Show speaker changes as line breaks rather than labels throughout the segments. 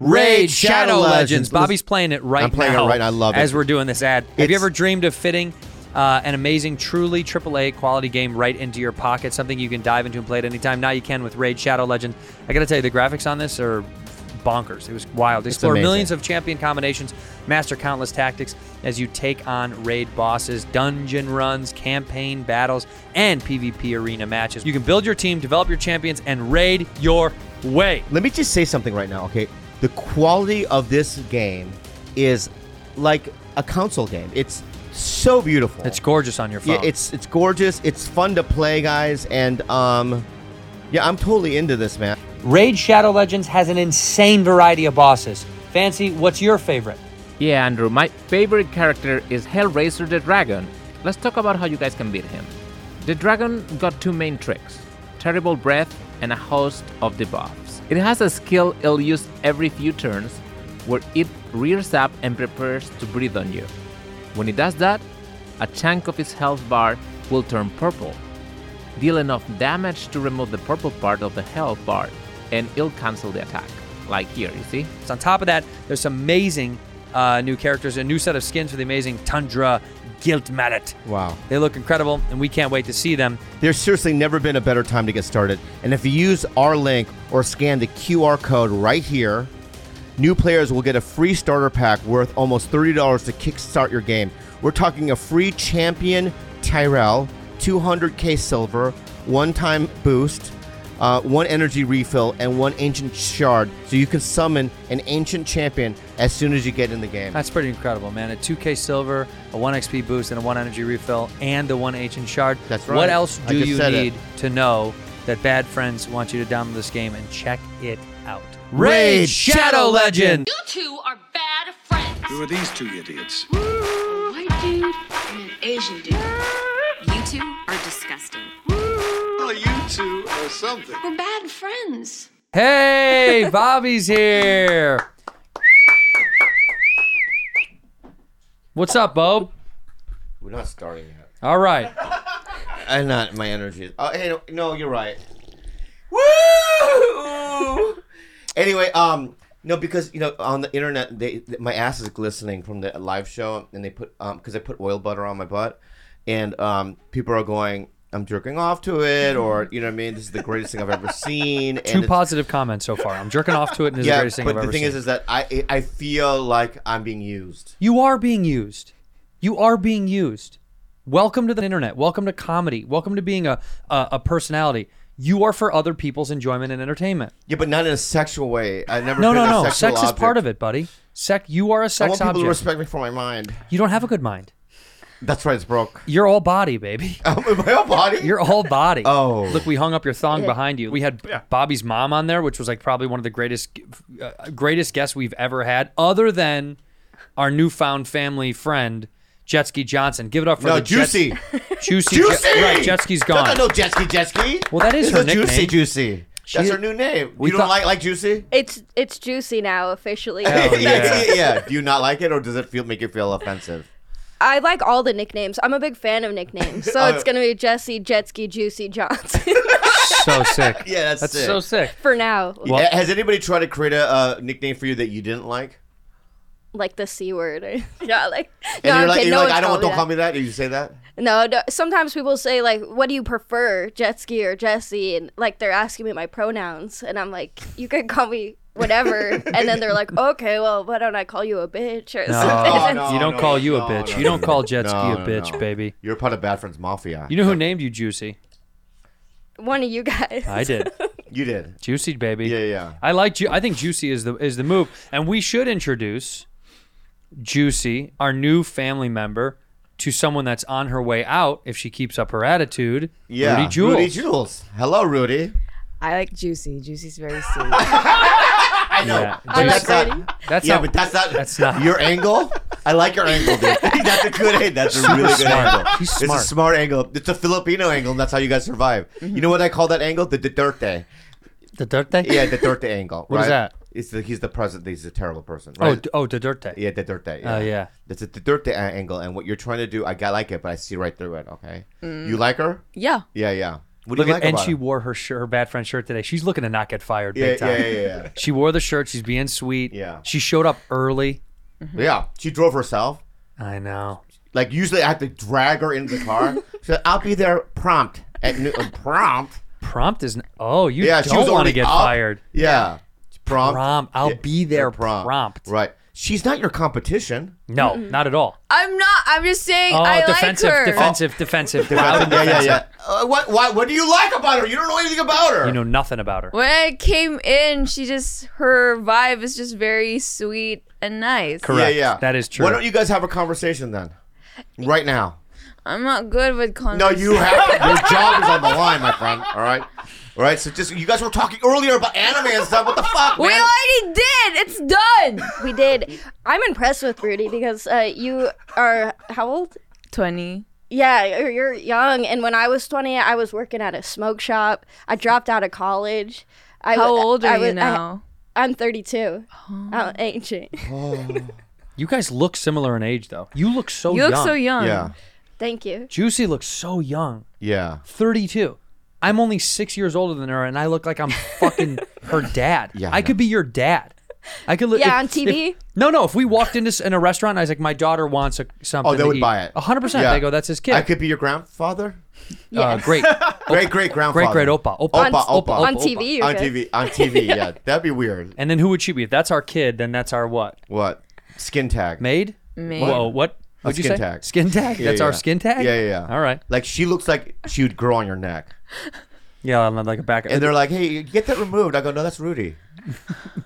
Raid Shadow Legends. Bobby's playing it right now.
I'm playing it right now. I love it.
As we're doing this ad. Have you
It's-
ever dreamed of fitting uh, an amazing, truly AAA quality game right into your pocket? Something you can dive into and play at any time? Now you can with Raid Shadow Legends. I got to tell you, the graphics on this are bonkers. It was wild. Explore
amazing.
millions of champion combinations, master countless tactics as you take on raid bosses, dungeon runs, campaign battles, and PvP arena matches. You can build your team, develop your champions, and raid your way.
Let me just say something right now, okay? The quality of this game is like a console game. It's so beautiful.
It's gorgeous on your phone.
yeah, it's it's gorgeous. It's fun to play, guys, and um, yeah, I'm totally into this, man.
Raid Shadow Legends has an insane variety of bosses. Fancy, what's your favorite?
Yeah, Andrew, my favorite character is Hellraiser the Dragon. Let's talk about how you guys can beat him. The dragon got two main tricks terrible breath and a host of debuffs. It has a skill it'll use every few turns where it rears up and prepares to breathe on you. When it does that, a chunk of its health bar will turn purple. Deal enough damage to remove the purple part of the health bar, and it'll cancel the attack. Like here, you see?
So on top of that, there's some amazing uh, new characters, a new set of skins for the amazing Tundra Guilt Mallet.
Wow.
They look incredible, and we can't wait to see them.
There's seriously never been a better time to get started. And if you use our link or scan the QR code right here, new players will get a free starter pack worth almost $30 to kickstart your game. We're talking a free champion Tyrell, 200k silver, one time boost, uh, one energy refill, and one ancient shard. So you can summon an ancient champion as soon as you get in the game.
That's pretty incredible, man. A 2K silver, a 1 XP boost, and a 1 energy refill, and the 1 ancient shard.
That's
What
right.
else
I
do
just
you
said it.
need to know that bad friends want you to download this game and check it out?
Raid Shadow Legends!
You two are bad friends.
Who are these two idiots?
White dude and an Asian dude.
You two are disgusting.
Well, you two or something.
We're bad friends.
Hey, Bobby's here. What's up, Bob?
We're not starting yet.
All right.
I'm not, my energy is. Oh, hey, no, no, you're right. Woo! anyway, um, no, because you know on the internet, they my ass is glistening from the live show, and they put um, because I put oil butter on my butt, and um, people are going, I'm jerking off to it, or you know what I mean. This is the greatest thing I've ever seen.
Two
and it's-
positive comments so far. I'm jerking off to it, and it's the
Yeah,
greatest thing
but
I've
the
ever
thing
seen.
is, is that I I feel like I'm being used.
you are being used. You are being used. Welcome to the internet. Welcome to comedy. Welcome to being a a, a personality. You are for other people's enjoyment and entertainment.
Yeah, but not in a sexual way. I never.
No,
been
no,
a
no.
sexual
Sex is part
object.
of it, buddy. Sex. You are a
I
sex
want people
object.
to respect me for my mind.
you don't have a good mind.
That's right. It's broke.
You're all body, baby.
my whole body.
Your whole body.
Oh.
Look, we hung up your thong behind you. We had Bobby's mom on there, which was like probably one of the greatest, uh, greatest guests we've ever had, other than our newfound family friend, Jetski Johnson. Give it up for
No,
the Jets-
Juicy.
Juicy. Je-
Juicy.
right, Jetski's
No,
gone.
No, no, Jetski, Jetski.
Well, that is
It's
her
a Juicy,
nickname.
Juicy. That's
She-
her new name.
We
you don't
thought-
like like Juicy?
It's it's juicy now officially.
Hell yeah.
yeah. Do you not like it, or does it feel make you feel offensive?
I like all the nicknames. I'm a big fan of nicknames,
Uh,
so it's gonna be Jesse Jetski Juicy Johnson
So sick.
Yeah, that's sick.
so sick.
for now.
Yeah, Has anybody tried to create a uh, nickname for you that you didn't like?
Like the c word, or yeah, like
And
no,
you're
I'm
like,
kidding.
you're
no
like, I don't
one's
want,
called
don't call
me
me that. Did you say that?
that. No, no, sometimes people say like, "What do you prefer, Jetski or Jesse?" And like they're asking me my pronouns, and I'm like, "You can call me whatever." and then they're like, "Okay, well, why don't I call you a bitch?" Or something.
Oh, no,
you don't
no,
call you a
no,
bitch.
no,
you don't
no,
call
no,
Jetski
no,
a bitch,
no.
baby.
You're part of Bad Friends Mafia.
You know who named you Juicy?
One of you guys.
I did.
you did.
Juicy, baby.
Yeah, yeah.
I like. Ju- I think Juicy is the is the move, and we should introduce Juicy, our new family member, to someone that's on her way out if she keeps up her attitude.
Yeah.
Rudy Jules.
Rudy Jules. Hello, Rudy.
I like juicy. Juicy's very sweet.
I
I know.
Yeah.
But
I like
that's not-
Brady.
That's
yeah,
not,
but that's not
that's not-
your angle. I like your angle, dude. that's a good angle. That's a really good angle.
He's
It's a
smart. Mm-hmm.
smart angle. It's a Filipino angle, and that's how you guys survive. You know what I call that angle? The Duterte.
the Duterte.
Yeah, the Duterte angle.
What
right?
is that?
It's the, he's the president. He's a terrible person.
Oh,
Right?
d- oh, Duterte.
yeah, Duterte.
Oh, yeah.
That's a Duterte a- angle, and what you're trying to do, I got like it, but I see right through it. Okay, you like her?
Yeah.
Yeah, yeah. What do
Look
you
at,
like
and
about
she
her?
wore her shirt, her bad friend shirt today. She's looking to not get fired
Yeah,
big
yeah,
time.
yeah, yeah.
She wore the shirt. She's being sweet.
Yeah.
She showed up early.
Yeah, she drove herself.
I know.
Like usually, I have to drag her into the car. so I'll be there prompt at noon. prompt.
Prompt is. N- oh, you
Yeah, she
don't
was
want to
already
get
up.
fired.
Yeah, prompt.
Prompt. I'll
Yeah,
be there.
yeah,
Prompt.
Right. She's not your competition.
No, not at all.
I'm not. I'm just saying
Oh,
I
defensive,
like her.
defensive, defensive, Loud and
yeah, yeah,
defensive.
yeah. Uh, what, what, what do you like about her? You don't know anything about her.
You know nothing about her.
When I came in, she just her vibe is just very sweet and nice.
Correct.
Yeah, yeah.
That is true.
Why don't you guys have a conversation then? Right now.
I'm not good with conversation.
No, you have your job is on the line, my friend. All right. All right. So just you guys were talking earlier about anime and stuff. What the fuck,
We
man?
already did. It's done.
We did. I'm impressed with Rudy because uh, you are how old?
Twenty.
Yeah, you're- you're young. And when I was 20, I was working at a smoke shop. I dropped out of college. I,
How
w-
old
I
are
was-
you now? Oh.
I, am 32. I'm ancient.
You guys look similar in age, though. You look so
you
young.
look so young.
yeah.
Thank you.
Juicy looks so young.
Yeah.
32. I'm only six years older than her, and I look like I'm fucking her dad.
Yeah, I
I could be your dad. I could look.
Yeah,
if-
on TV?
if- no, no. If we walked into s- in a restaurant, and I was like, "My daughter wants a, something."
Oh, they
to
would
eat.
buy it.
100. percent
Yeah.
They go, "That's his kid."
I could be your grandfather.
uh, great,
Great great grandfather.
great, great, opa, opa,
Opa,
opa,
opa.
on TV, you're
on
good.
TV. On TV. yeah. That'd be weird.
And then who would she be? If that's our kid, then that's our what?
What? Skin tag.
Maid.
Maid.
Whoa, what?
A
Would you
skin
say
tag.
skin tag?
Yeah,
that's our
yeah.
skin tag.
Yeah, yeah, yeah.
All right.
Like she looks like she would grow on your neck.
Yeah, I'm like a back.
And they're like, "Hey, get that removed." I go, "No, that's Rudy."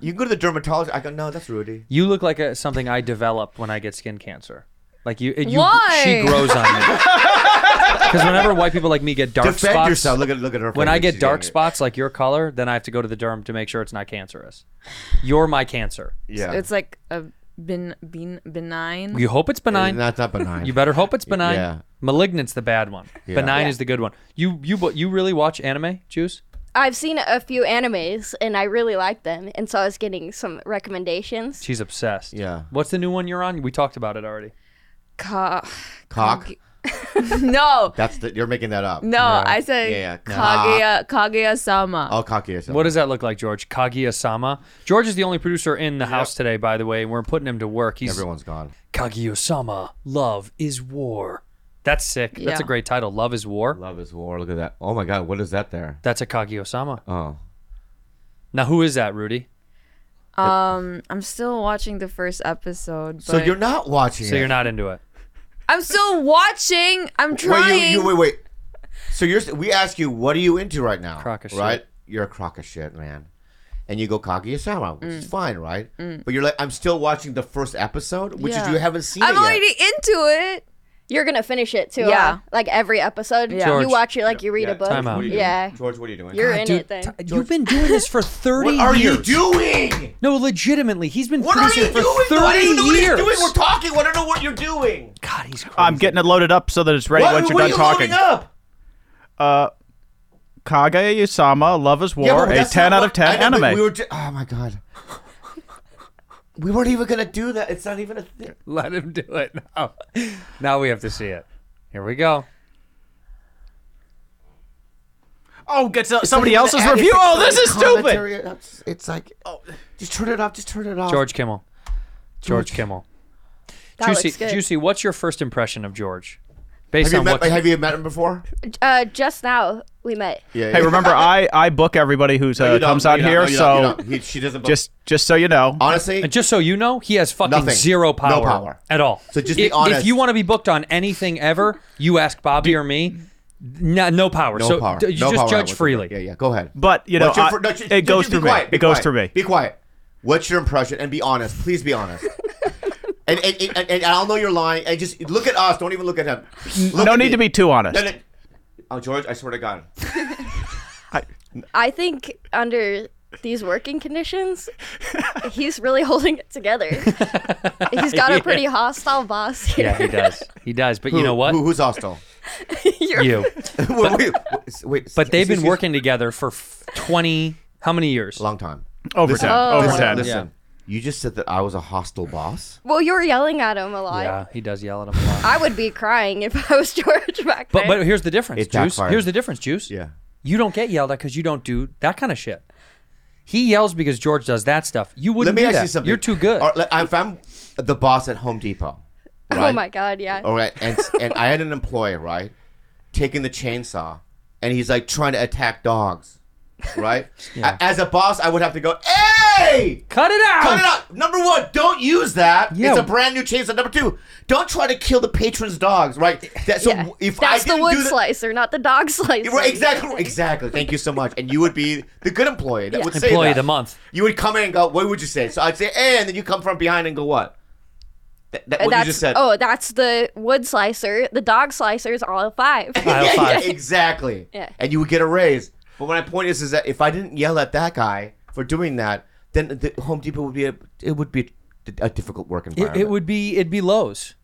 you can go to the dermatologist. I go, "No, that's Rudy."
you look like a, something I develop when I get skin cancer. Like you, you
Why?
she grows on me. Because whenever white people like me get dark
Defend
spots,
yourself. Look at look at her.
when
face.
I get
She's
dark
getting it.
spots like your color, then I have to go to the derm to make sure it's not cancerous. You're my cancer.
yeah,
It's like a ben, ben, benign.
You hope it's benign.
That's not benign.
you better hope it's benign.
Yeah.
Malignant's the bad one. Benign is the good one. You you bu- you really watch anime, Juice?
I've seen a few animes and I really like them. And so I was getting some recommendations.
She's obsessed.
Yeah.
What's the new one you're on? We talked about it already.
Ka-
cock.
no.
That's the, you're making that up.
No, I said uh,
Yeah, Oh. yeah.
Kaguya Kaguya sama.
I'll cocky yourself.
What does that look like, George? Kaguya-sama. George is the only producer in the house today, by the way, and we're putting him to work. He's
Everyone's gone.
Kaguya-sama. Love is war. That's sick. That's a
Yeah.
great title. Love is war.
Love is war. Look at that. Oh my God. What is that there?
That's a Kaguya-sama.
Oh.
Now, who is that, Rudy?
Um, I'm still watching the first episode. But
So you're not watching.
So
it.
you're not into it.
I'm still watching. I'm trying.
Wait, you, you, wait, wait. So you're. We ask you, what are you into right now?
Crock of
Right.
shit.
You're a crock of shit, man. And you go cocky Yasama, which
Mm.
is fine, right? But you're like, I'm still watching the first episode, which
Yeah.
is you haven't seen
I'm
it yet.
already into it.
You're going to finish it too.
Yeah.
huh? Like every episode.
Yeah. George.
You watch it like you read a book.
time out. What are you
Yeah.
George, what are you doing?
You're in it
Dude,
then.
Ty- you've been doing this for 30
what are
years.
you doing?
No, Oh, legitimately, he's been
What are
producing
you
for
doing? I
30
don't know what he's
years.
doing. We're talking. I don't know what you're doing.
God, he's crazy.
I'm getting it loaded up so that it's ready
What-
once you're
what are
done
you
talking.
loading up?
Kaguya Yusama, Love is War,
Yeah, but
a
that's
10
not
out of
what-
10
I know, but
anime.
We were ju- oh my god. We weren't even gonna do that. It's not even a thing.
Let him do it now. Now we have to see it. Here we go.
Oh, get so- somebody
Even
else's
add-
review.
it's
Oh,
like
this is stupid.
commentary. It's- It's like, oh, just turn it off. Just turn it off.
George Kimmel. George, Kimmel.
That
Juicy,
looks good.
Juicy, what's your first impression of George? Based
have you
on
met?
what?
Have you met him before?
Uh, just now we met.
Yeah.
Hey, remember, I, I book everybody who's uh, comes on here, so
she doesn't.
just just so you know.
honestly,
and just so you know, he has fucking
Nothing.
zero
No
power,
power.
at all.
So just be
if, If
honest.
you want to be booked on anything ever, you ask Bobby or me. No, no power.
no
so
power.
d- you
no
just
power
judge
whatsoever.
freely.
Yeah, yeah. Go ahead.
But, you know,
What's your
I-
fir- no, ju-
it
ju-
goes
ju-
through
be
me.
quiet, be
It goes
quiet.
through me.
Be quiet. What's your impression? And be honest. Please be honest. and, and, and, and, and I'll know you're lying. And just look at us. Don't even look at him. Look
no
at
need
me.
to be too honest.
No, no. Oh, George, I swear to God.
I think under these working conditions, he's really holding it together. he's got
Yeah.
a pretty hostile boss here.
Yeah, he does. He does. But you
Who-
know what?
who- who's hostile?
you.
Wait, wait,
but they've been
excuse-
working together for f- 20, how many years? Long
time.
Overtime.
Oh. Overtime.
Listen, you just said that I was a hostile boss.
Well, you were yelling at him a lot.
Yeah, he does yell at him a lot.
I would be crying if I was George back
But,
then.
but here's the difference,
It
Juice.
backfired.
Here's the difference, Juice. Yeah. You don't get yelled at because you don't do that kind of shit. He yells because George does that stuff. You wouldn't
Let me
do
ask
that.
you something.
You're too good.
All right, if I'm the boss at Home Depot, right?
Oh my god, yeah.
All right, and and I had an employee, right, taking the chainsaw, and he's like trying to attack dogs, right?
Yeah.
A- As a boss, I would have to go, hey,
cut it out,
cut it out. Number one, don't use that.
Yeah.
It's a brand new chainsaw. Number two, don't try to kill the patrons' dogs, right? That, so
Yeah.
if
That's
I didn't
the wood
do that,
slicer, not the dog slicer.
Right, exactly, exactly. Thank you so much. And you would be the good employee that
Yeah.
would say
Employee of
that.
the month.
You would come in and go, what would you say? So I'd say, eh, and then you come from behind and go, what? That, that,
And
what
that's
you just said.
oh, that's the wood slicer. The dog slicer is all five.
yeah, yeah,
five.
exactly.
Yeah.
And you would get a raise. But my point is, is that if I didn't yell at that guy for doing that, then the Home Depot would be a, it would be a difficult work
It,
environment.
it would be it'd be lows.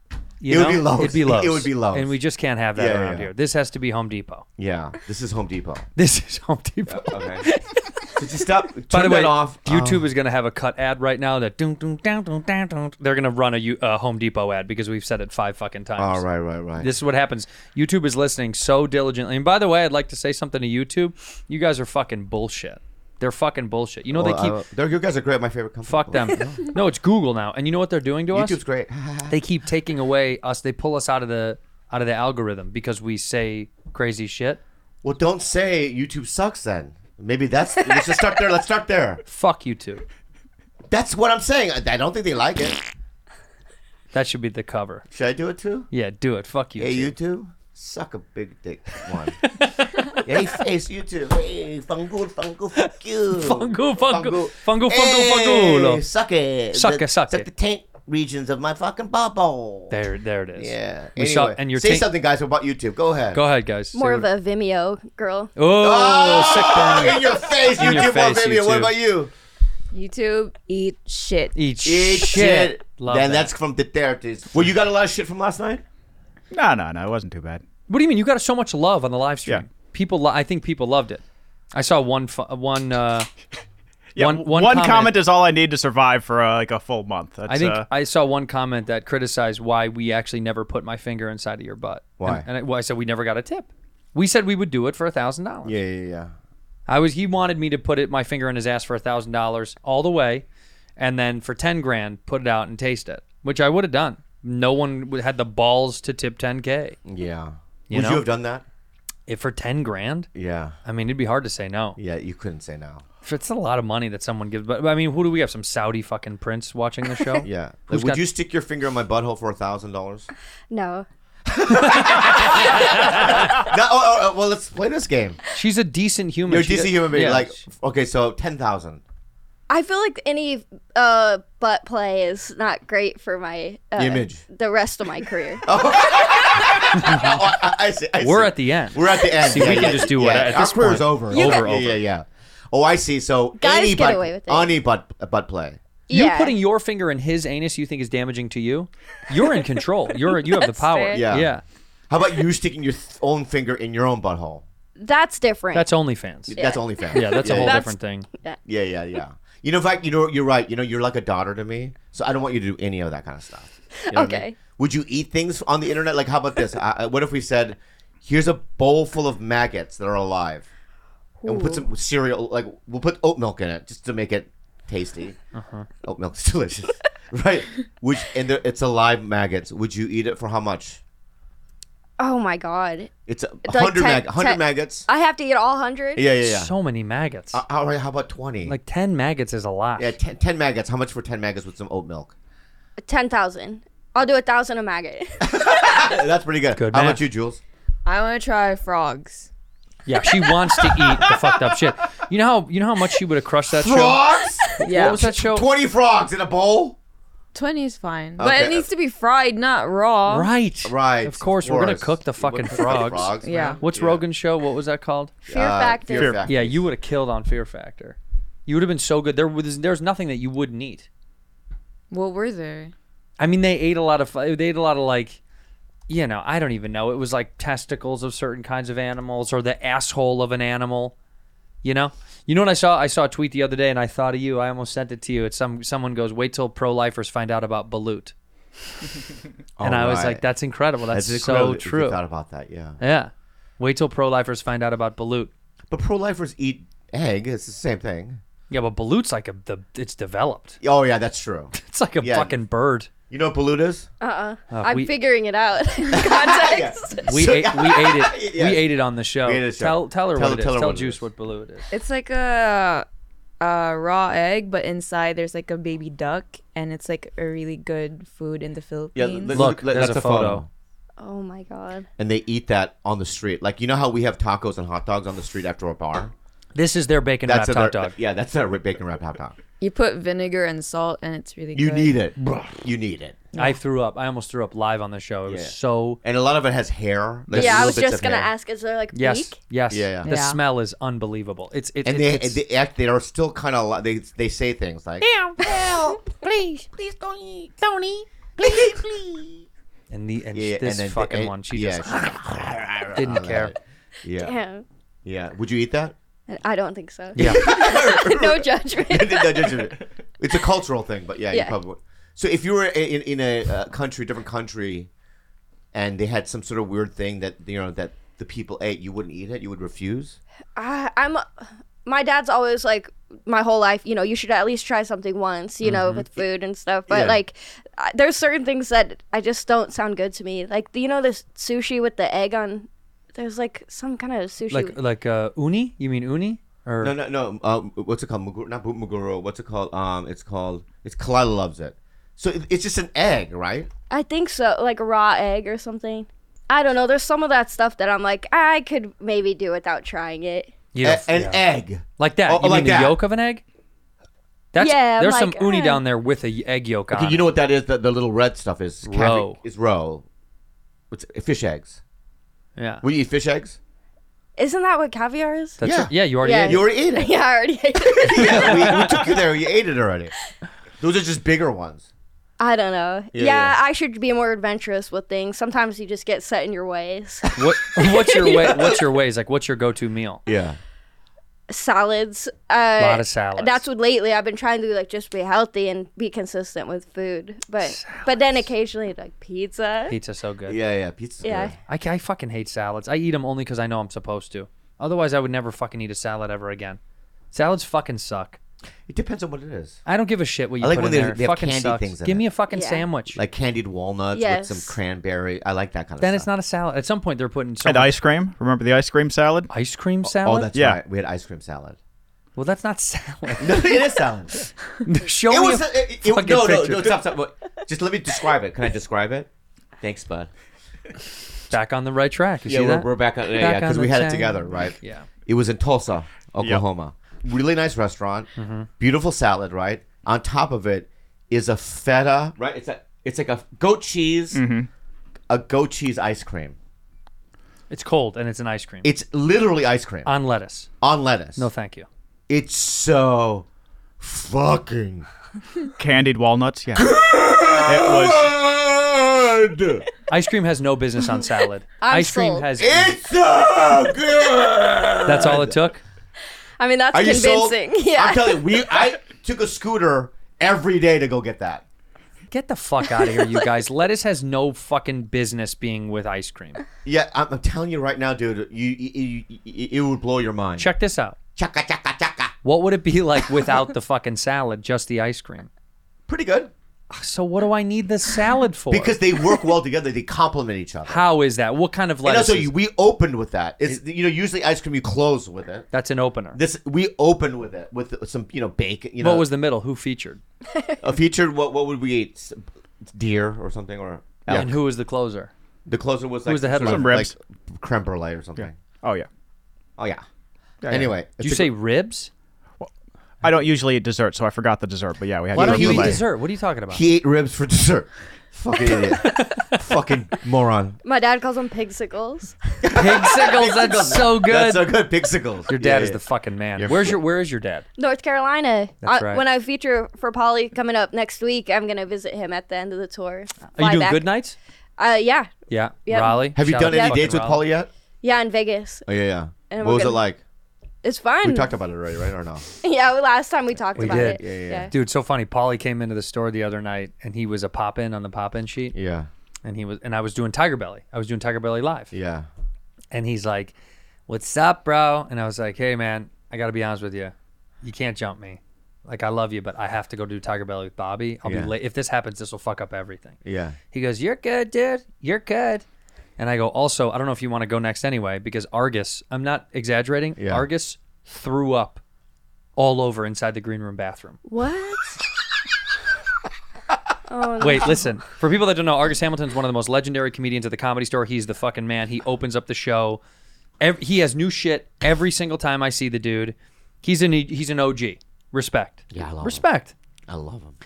You
It would
know?
be lows.
It'd be lows.
It would be lows.
And we just can't have that
Yeah,
around
yeah.
here. This has to be Home Depot.
yeah, this is Home Depot.
This is Home Depot.
Okay. so just stop. Turn
By the way,
that off. Oh.
YouTube is going to have a cut ad right now that dun, dun, dun, dun, dun, dun. they're going to run a U- uh, Home Depot ad because we've said it five fucking times.
All Oh, right, right, right.
This is what happens. YouTube is listening so diligently. And by the way, I'd like to say something to YouTube. You guys are fucking bullshit. They're fucking bullshit. You know
Well,
they
I-
keep
they're- you guys are great. My favorite company.
fuck them. no, it's Google now. And you know what they're doing to us?
YouTube's great.
they keep taking away us. They pull us out of the out of the algorithm because we say crazy shit.
Well, don't say YouTube sucks then. Maybe that's let's just start there. Let's start there.
Fuck YouTube.
That's what I'm saying. I, I don't think they like it.
That should be the cover.
Should I do it too?
Yeah, do it. Fuck you.
Hey, YouTube, suck a big dick one. hey, face YouTube. Hey, fungal, fungal, fuck you.
Fungal, fungal, fungal, fungal,
hey,
fungulo.
Suck it.
Suck
The-
it, suck
Suck
it.
the taint regions of my fucking bubble.
There, there it is.
Yeah.
We
anyway,
saw, and you're
say
taking-
something, guys, about YouTube. Go ahead.
Go ahead, guys.
More
Say
of
what-
a Vimeo girl.
Oh, sick
Oh,
burn.
in your face,
In your
YouTube, my
face,
baby. What
YouTube.
about you?
YouTube, eat shit.
Eat,
Eat shit.
Love
then
that.
that's from the therapist. Well, you got a lot of shit from last night.
No, no, no. It wasn't too bad.
What do you mean? You got so much love on the live stream.
Yeah.
People, lo- I think people loved it. I saw one, fu- one, uh,
Yeah,
one, one,
comment. is all I need to survive for uh, like a full month. That's,
I think
uh,
I saw one comment that criticized why we actually never put my finger inside of your butt.
Why?
And, and I, well, I said we never got a tip. We said we would do it for a thousand dollars.
Yeah, yeah, yeah.
I was he wanted me to put it my finger in his ass for a thousand dollars all the way, and then for ten grand put it out and taste it, which I would have done. No one w- had the balls to tip ten k.
Yeah.
You
Would
know?
you have done that?
If for ten grand,
Yeah.
I mean it'd be hard to say no.
Yeah, you couldn't say no.
If It's a lot of money that someone gives, but but I mean, who do we have? Some Saudi fucking prince watching the show?
Yeah.
Who's
Like, would
got-
you stick your finger in my butthole for a thousand dollars?
No.
No. oh, oh, oh, well, let's play this game.
she's a decent human.
You're a
She
decent
did-
human being.
yeah.
Like, okay, so ten thousand.
I feel like any uh butt play is not great for my uh,
Image.
The rest of my career.
oh, I, I see. I
We're
see.
at the end.
We're at the end.
See, we can just do what- at
Our
this
career's
point,
over.
You over,
Yeah,
over.
Yeah, yeah. Oh, I see. So
Guys
any
get
butt,
away with it.
any butt, butt play.
You
yeah.
putting your finger in his anus, you think is damaging to you? You're in control. You're you have the power.
fair.
Yeah.
yeah.
How about you sticking your th- own finger in your own butthole?
That's different.
That's OnlyFans.
That's OnlyFans.
Yeah, that's a whole
That's-
different thing.
Yeah, yeah, yeah. You know, in fact, you know, you're right. You know, you're like a daughter to me, so I don't want you to do any of that kind of stuff. You know what I mean?
Okay.
Would you eat things on the internet? Like, how about this? I, I- what if we said, "Here's a bowl full of maggots that are alive, and we'll put some cereal. Like, we'll put oat milk in it just to make it tasty. Oat milk's delicious, right? Which and there, it's alive maggots. Would you eat it for how much?
oh my god.
It's a
like
hundred
ten-
mag- hundred
ten-
maggots.
I have to eat all hundred.
yeah, yeah, yeah.
So many maggots.
Uh, all right. How about twenty?
like ten maggots is a lot.
yeah, ten, 10 maggots. How much for ten maggots with some oat milk?
Ten thousand. I'll do a thousand a maggot.
That's pretty good.
Good
How
math.
about you, Jules?
I want to try frogs.
Yeah, she wants to eat the fucked up shit. You know how you know how much she would have crushed that show.
Frogs?
What
Yeah,
was that show?
Twenty frogs in a bowl?
twenty is fine, but it
Okay.
needs to be fried, not raw.
Right.
Right.
Of course, we're gonna cook the
We're
fucking
gonna cook the
frogs.
Yeah.
man.
What's Rogan's show? What was that called?
Fear
Uh,
factor.
Fear Factor.
Yeah, you would have killed on Fear Factor. You would have been so good. There was there's nothing that you wouldn't eat.
What were there?
I mean, they ate a lot of fu- they ate a lot of like, you know, I don't even know. It was like testicles of certain kinds of animals or the asshole of an animal. You know, you know what I saw? I saw a tweet the other day, and I thought of you. I almost sent it to you. It's some someone goes, "Wait till pro-lifers find out about balut," and I was
Alright.
like, "That's incredible. That's,
incredible
so
if you
true."
Thought about that, yeah.
Yeah, wait till pro-lifers find out about balut.
But pro-lifers eat egg. It's the same thing.
Yeah, but balut's like a the it's developed.
Oh yeah, that's true.
It's like a
Yeah.
fucking bird.
You know what balut is?
Uh-uh.
Uh,
I'm
we-
figuring it out. Context.
We
So-
ate, we ate it.
Yes.
We ate it on the show.
We ate it on the show.
Tell tell her
Tell-
what it is.
tell her
Tell
what it
Juice
is.
what balut is.
It's like a, a raw egg, but inside there's like a baby duck, and it's like a really good food in the
Yeah,
Philippines.
let-
Look,
let-
there's
that's
a photo.
Oh my god.
And they eat that on the street. Like you know how we have tacos and hot dogs on the street after a bar.
This is their bacon
That's
wrapped
a,
hot dog.
Yeah, that's a bacon wrapped hot dog.
you put vinegar and salt, and it's really
You
good.
need it. You need it.
I threw up. I almost threw up live on the show. It was
Yeah.
so
And a lot of it has hair. like
yeah,
little
I was
bits
just
of
gonna
hair.
ask. Is there like
yes,
beak?
yes.
Yeah, yeah.
The
Yeah.
smell is unbelievable. It's it,
And
it-
they,
it's
they act. They are still kind of. They they say things like.
and the and
Yeah, and
this
then the-
fucking
and-
one. She
yeah,
just
she-
didn't care.
Yeah.
Yeah.
Yeah. Would you eat that?
I don't think so.
Yeah.
no judgment.
No judgment. It's a cultural thing, but yeah,
Yeah.
you probably. would. So if you were in in a uh, country, different country, and they had some sort of weird thing that you know that the people ate, you wouldn't eat it. You would refuse.
I, I'm. My dad's always like my whole life. You know, you should at least try something once. You know, with food and stuff. But
Yeah.
like, I, there's certain things that I just don't sound good to me. Like you know, this sushi with the egg on. There's like some kind of sushi.
like like uh, uni. You mean uni or
No, no, no. Um, what's it called? Muguru, not bu- muguru. What's it called? Um, it's called. It's Kalila loves it. So it, it's just an egg, right?
I think so, like a raw egg or something. I don't know. There's some of that stuff that I'm like, I could maybe do without trying it.
you
A-
know,
an
yeah.
egg.
like that?
eh, Oh,
you
like
mean
that.
the yolk of an egg? That's
Yeah,
There's
like,
some uni
uh,
down there with a y- egg yolk on.
Okay,
it.
you know what that is? The, the little red stuff is cafe-
Roe.
Is roe. It's fish eggs.
Yeah.
Will you eat fish eggs?
Isn't that what caviar is?
That's
Yeah.
right. yeah. You already
Yeah.
ate it.
You already ate it.
yeah, I already ate it.
yeah, we, we took you there. You ate it already. Those are just bigger ones.
I don't know.
Yeah,
Yeah,
yeah.
I should be more adventurous with things. Sometimes you just get set in your ways.
What what's your way? What's your ways? Like, what's your go-to meal?
Yeah.
salads. Uh,
A lot of salads.
That's what lately I've been trying to like just be healthy and be consistent with food. But but then occasionally like pizza.
pizza's so good.
Yeah, yeah. Pizza's
Yeah.
good.
I, ca- I fucking hate salads. I eat them only because I know I'm supposed to. Otherwise, I would never fucking eat a salad ever again. Salads fucking suck.
It depends on what it is.
I don't give a shit what you
I like
put
when
in
they-
there.
they have
fucking
candy
sucks.
things in
Give me
it.
a fucking
Yeah.
sandwich.
Like candied walnuts with
Yes.
some cranberry. I like that kind of
then it's
stuff.
not a salad. At some point, they're putting so
And
much-
ice cream. Remember the ice cream salad?
ice cream salad.
Oh, that's
Yeah.
right. We had ice cream salad.
well, that's not salad.
No, it is salad.
Show
It
me.
was. uh,
a
It, it, it,
fucking
no, no,
picture.
no. Stop, stop. Wait. Just let me describe it. Can I describe it? Thanks, bud.
Back on the right track. You
Yeah,
see
we're,
that?
we're back on. Yeah,
Back
because
on
we
the
had it
track.
together, right?
Yeah.
It was in Tulsa, Oklahoma. Really nice restaurant. Beautiful salad, right? On top of it is a feta, right? It's a it's like a goat cheese, a goat cheese ice cream.
It's cold and it's an ice cream
It's literally ice cream
on lettuce.
on lettuce.
Uh, No, thank you.
it's so fucking
Candied walnuts. Yeah. it was.
good.
Ice cream has no business on salad.
I'm
ice cream
sold.
has.
It's so good.
That's all it took.
I mean, that's
Are you sold?
convincing. Yeah.
I'm telling you, we I took a scooter every day to go get that.
Get the fuck out of here, you guys. Lettuce has no fucking business being with ice cream.
Yeah, I'm, I'm telling you right now, dude. You, you, you, you it would blow your mind.
Check this out.
Chaka chaka chaka.
What would it be like without the fucking salad, just the ice cream?
Pretty good
So what do I need the salad for?
because they work well together. They complement each other.
how is that? What kind of
And
lettuce?
also,
is-
you, we opened with that. It's you know usually ice cream you close with it.
That's an opener.
This we opened with it with some you know bacon. You know
what was the middle? Who featured?
a featured? What what would we eat? S- Deer or something or yeah.
And who was the closer?
the closer was like
was the
sort
headline?
of
Some ribs.
like creme brulee or something.
Oh yeah.
Oh yeah. anyway,
Did
it's
you
a-
say ribs?
I don't usually eat dessert, so I forgot the dessert. But yeah, we had.
Why
Yeah,
don't
he
you
was
eat
like-
dessert? What are you talking about?
he ate ribs for dessert? Fucking idiot. Fucking moron.
My dad calls them pigsickles.
Pixicles, that's so good.
That's so good. Pixicles.
your dad is the fucking man.
You're
Where's
fu-
your Where is your dad?
North Carolina.
That's
I-
right.
When I feature for Polly coming up next week, I'm gonna visit him at the end of the tour.
Are you
Fly
doing
back.
good nights?
Uh, yeah,
Yeah,
Yep.
Raleigh.
Have you
Shout
done
out
any
to
dates
fucking
with
Raleigh.
Polly yet?
yeah, in Vegas.
Oh yeah, yeah.
And
what
we're
was it
gonna-
like?
It's fun.
We talked about it already, right or no?
yeah, well, last time we talked
We
about
did.
it. Yeah, yeah.
Dude, so funny. Polly came into the store the other night, and he was a pop in on the pop in sheet,
Yeah,
and he was, and I was doing Tiger Belly. I was doing Tiger Belly live,
yeah.
and he's like, "What's up, bro?" And I was like, "Hey, man, I got to be honest with you. You can't jump me. Like, I love you, but I have to go do Tiger Belly with Bobby. I'll
Yeah.
be late. If this happens, this will fuck up everything."
Yeah.
He goes, "You're good, dude. You're good." And I go, "Also, I don't know if you want to go next anyway because Argus, I'm not exaggerating.
Yeah.
Argus threw up all over inside the green room bathroom.
What?
Wait, listen. For people that don't know, Argus Hamilton's one of the most legendary comedians at the Comedy Store. He's the fucking man. He opens up the show. Ev he has new shit every single time I see the dude. He's an he's an OG. Respect. Yeah, I love respect.
I love him.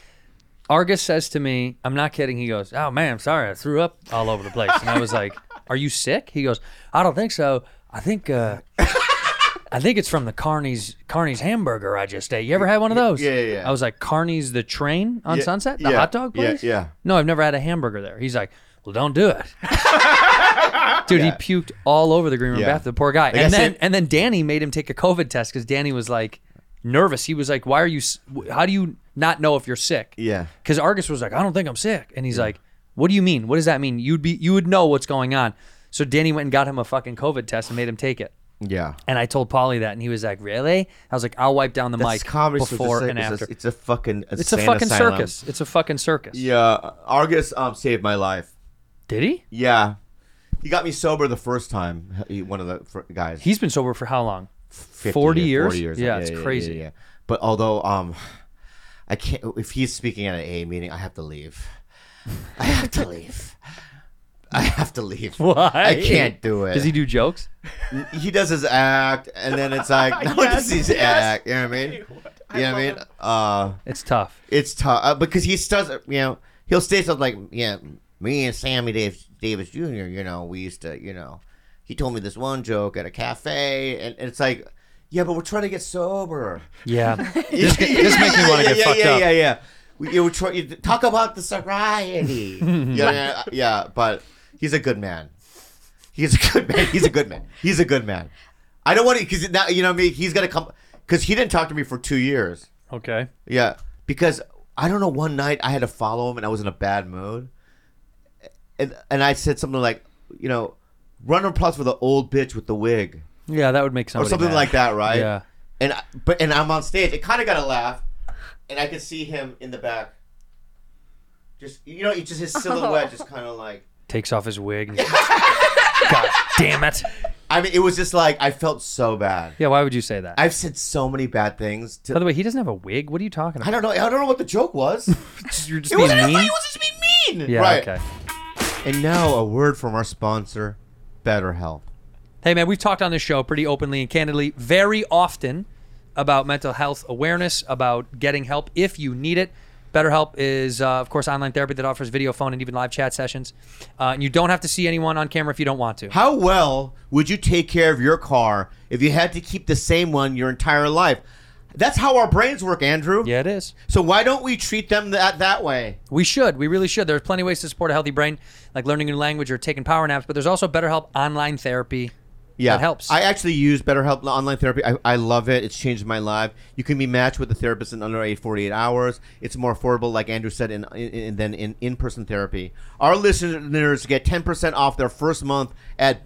Argus says to me, I'm not kidding. He goes, Oh man, I'm sorry. I threw up all over the place. And I was like, Are you sick? He goes, I don't think so. I think uh I think it's from the Carney's Carney's hamburger I just ate. You ever had one of those?
yeah, yeah, yeah.
I was like, Carney's the train on
Yeah,
Sunset? The
yeah,
hot dog
yeah,
place?
yeah.
No, I've never had a hamburger there. He's like, Well, don't do it. Dude, he puked all over the green room
Yeah.
bathroom, the poor guy.
Like I
and then
said-
and then Danny made him take a COVID test because Danny was like nervous. He was like, Why are you s- w- how do you not know if you're sick?
Yeah.
Because Argus was like, I don't think I'm sick. And he's like, What do you mean? What does that mean? You'd be you would know what's going on. So Danny went and got him a fucking COVID test and made him take it.
Yeah.
And I told Polly that and he was like, Really? I was like, I'll wipe down the
That's
mic
comedy Store,
before
it's a-
and
it's a-
after.
It's a fucking.
It's a
insane
fucking
asylum.
circus. It's a fucking circus.
Yeah, Argus um saved my life.
Did he?
Yeah, he got me sober the first time. He, one of the fir- guys.
He's been sober for how long?
50
40 years?
40 years.
Yeah, it's crazy.
yeah. But although um, I can't. If he's speaking at an AA meeting, I have to leave. I have to leave. I have to leave.
Why?
I can't do it.
Does he do jokes?
he does his act, and then it's like, no one does his act. You know what I mean? You know what I mean? Uh,
It's tough.
it's tough uh, because he does. You know, he'll say something like, "Yeah, me and Sammy Davis, Davis Jr. You know, we used to. You know, he told me this one joke at a cafe, and, and it's like, yeah, but we're trying to get sober.
Yeah. this, this makes me want to
yeah,
get
yeah,
fucked
yeah,
up.
Yeah, yeah, We, you were try, you, talk about the sobriety. yeah, yeah, yeah, but he's a good man. He's a good man. He's a good man. He's a good man. I don't want to because now you know me. He's gonna come because he didn't talk to me for two years.
Okay.
Yeah, because I don't know. One night I had to follow him, and I was in a bad mood, and and I said something like, you know, run applause for the old bitch with the wig
Yeah, that would make somebody
or something
mad.
like that, right?
Yeah.
And I, but and I'm on stage. It kind of got a laugh, and I could see him in the back. Just you know, it's just his silhouette, just kind of like.
Takes off his wig. and- God damn it.
I mean, it was just like I felt so bad.
Yeah, why would you say that?
I've said so many bad things.
By
To,
the way, he doesn't have a wig. What are you talking
I
about?
don't know. I don't know what the joke was. it
You're just
wasn't.
being
Mean?
mean.
It was just being mean.
Yeah,
right.
okay.
And now a word from our sponsor, BetterHelp.
Hey, man, we've talked on this show pretty openly and candidly very often about mental health awareness, about getting help if you need it. BetterHelp is, uh, of course, online therapy that offers video, phone, and even live chat sessions. Uh, and you don't have to see anyone on camera if you don't want to.
How well would you take care of your car if you had to keep the same one your entire life? That's how our brains work, Andrew.
Yeah, it is.
So why don't we treat them that that way?
We should. We really should. There's plenty of ways to support a healthy brain, like learning a new language or taking power naps, but there's also BetterHelp online therapy.
Yeah,
That helps.
I actually use BetterHelp online therapy. I, I love it. It's changed my life. You can be matched with a therapist in under 8, 48 hours. It's more affordable, like Andrew said, in, in, in- than in in person therapy. Our listeners get ten percent off their first month at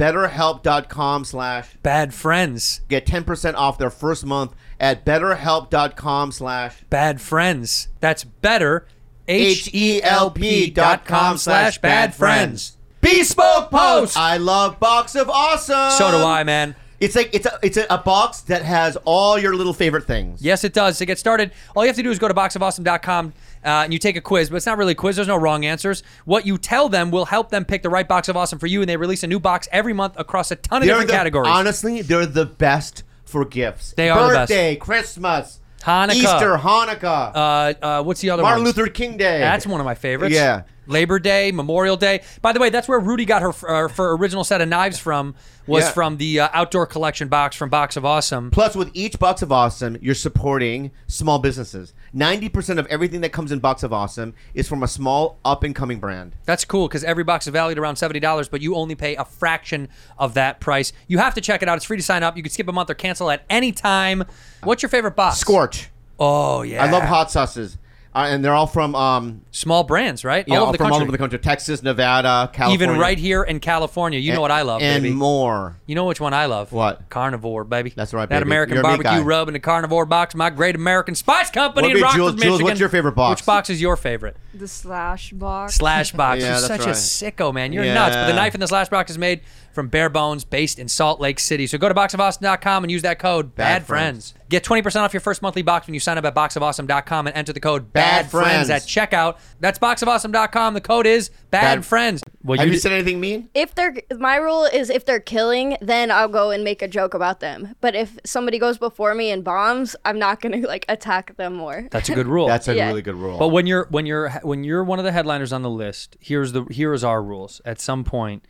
BetterHelp.com/slash
Bad friends.
get 10% off their first month at betterhelp.com slash
Bad friends. That's better. E
H-E-L-P E dot com slash bad friends.
Bespoke post.
i love box of awesome
So do I, man.
it's like it's a it's a, a box that has all your little favorite things
Yes, it does. To get started, all you have to do is go to boxofawesome.com uh, and you take a quiz, but it's not really a quiz. There's no wrong answers. What you tell them will help them pick the right box of awesome for you, and they release a new box every month across a ton of
they're
different
the,
categories.
honestly they're the best for gifts
They are the best.
birthday christmas
Hanukkah.
easter hanukkah
uh, uh, what's the other
martin
ones?
luther king day
That's one of my favorites.
yeah
Labor Day, Memorial Day. By the way, that's where Rudy got her her, her original set of knives from. Was
Yeah.
from the uh, outdoor collection box from Box of Awesome.
Plus, with each box of awesome, you're supporting small businesses. Ninety percent of everything that comes in box of awesome is from a small up and coming brand.
That's cool because every box is valued around seventy dollars, but you only pay a fraction of that price. You have to check it out. It's free to sign up. You can skip a month or cancel at any time. What's your favorite box?
Scorch.
Oh yeah,
I love hot sauces, uh, and they're all from um,
small brands, right?
yeah,
all over the
from
country,
all over the country: Texas, Nevada, California,
even right here in California. You know what I love,
and
baby.
more.
You know which one I love?
What?
Carnivore, baby.
That's right,
That
baby.
American
You're a meat
barbecue
guy.
rub in the carnivore box. My Great American Spice Company
What
in
about
Rockford,
Jules?
Michigan.
Jules, what's your favorite box?
Which box is your favorite?
The slash box.
Slash box.
Yeah,
You're
that's
such a
right.
sicko, man. You're nuts. But the
Yeah.
knife in the slash box is made from bare bones, based in Salt Lake City. So go to boxofaustin.com and use that code
Bad
BADFRIENDS. Get 20% off your first monthly box when you sign up at boxofawesome.com and enter the code
Bad
BADFRIENDS
Friends.
at checkout. That's boxofawesome.com. The code is
Bad-
BADFRIENDS. Well,
Have you
did-
said anything mean?
If they're my rule is if they're killing, then I'll go and make a joke about them. But if somebody goes before me and bombs, I'm not gonna like attack them more.
That's a good rule.
That's a
Yeah.
really good rule.
But when you're when you're when you're one of the headliners on the list, here's the here is our rules. At some point,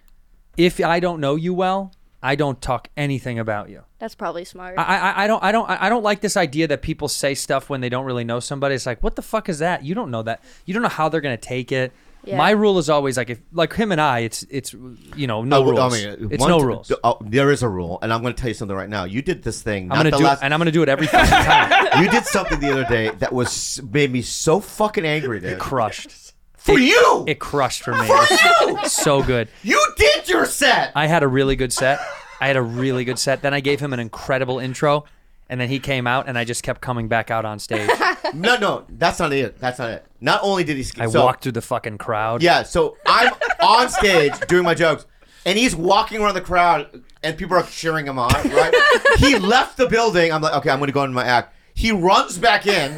if I don't know you well, I don't talk anything about you.
That's probably smart.
I I, I don't I don't I don't like this idea that people say stuff when they don't really know somebody. It's like, what the fuck is that? You don't know that. You don't know how they're gonna take it.
Yeah.
My rule is always like if like him and I, it's it's you know no
Oh, well,
rules. it's
one
no
t-
rules.
oh, there is a rule, and I'm going to tell you something right now. You did this thing.
I'm
not
gonna
the
do
last-
it, and I'm gonna do it every fucking time.
you did something the other day that was made me so fucking angry, dude.
crushed.
For you,
It crushed for me. It was so good.
you did your set.
I had a really good set. I had a really good set. Then I gave him an incredible intro, and then he came out, and I just kept coming back out on stage.
no, no, that's not it. That's not it. Not only did he skip,
I
so,
walked through the fucking crowd.
Yeah, so I'm on stage doing my jokes, and he's walking around the crowd, and people are cheering him on. Right? he left the building. I'm like, okay, I'm going to go into my act. He runs back in,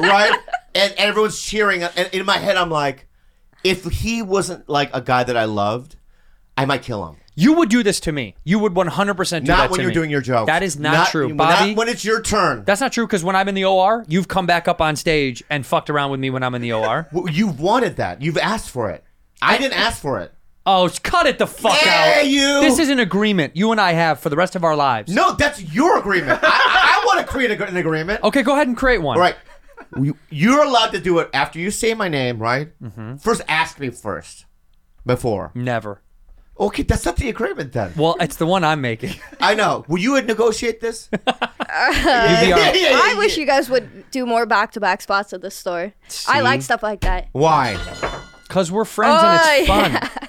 right? And everyone's cheering. And in my head, I'm like, if he wasn't like a guy that I loved, I might kill him.
You would do this to me. You would 100% do that
not when
to
you're
me.
doing your jokes.
That is not, true.
Not
Bobby,
when it's your turn.
that's not true because when I'm in the OR, you've come back up on stage and fucked around with me when I'm in the OR.
Well, you wanted that. You've asked for it. I didn't ask for it.
oh, cut it the fuck
Hey,
out.
you!
This is an agreement you and I have for the rest of our lives.
No, that's your agreement. I, I, want to create a- an agreement.
Okay, go ahead and create one.
All right. You- You're allowed to do it after you say my name, right?
Mm-hmm.
First, ask me first. Before.
Never.
Okay, that's not the agreement then.
Well, it's the one I'm making.
I know. Will you negotiate this?
You'd be all right.
I wish you guys would do more back-to-back spots at the store. I like stuff like that.
Why?
Because we're friends and it's
Oh,
fun.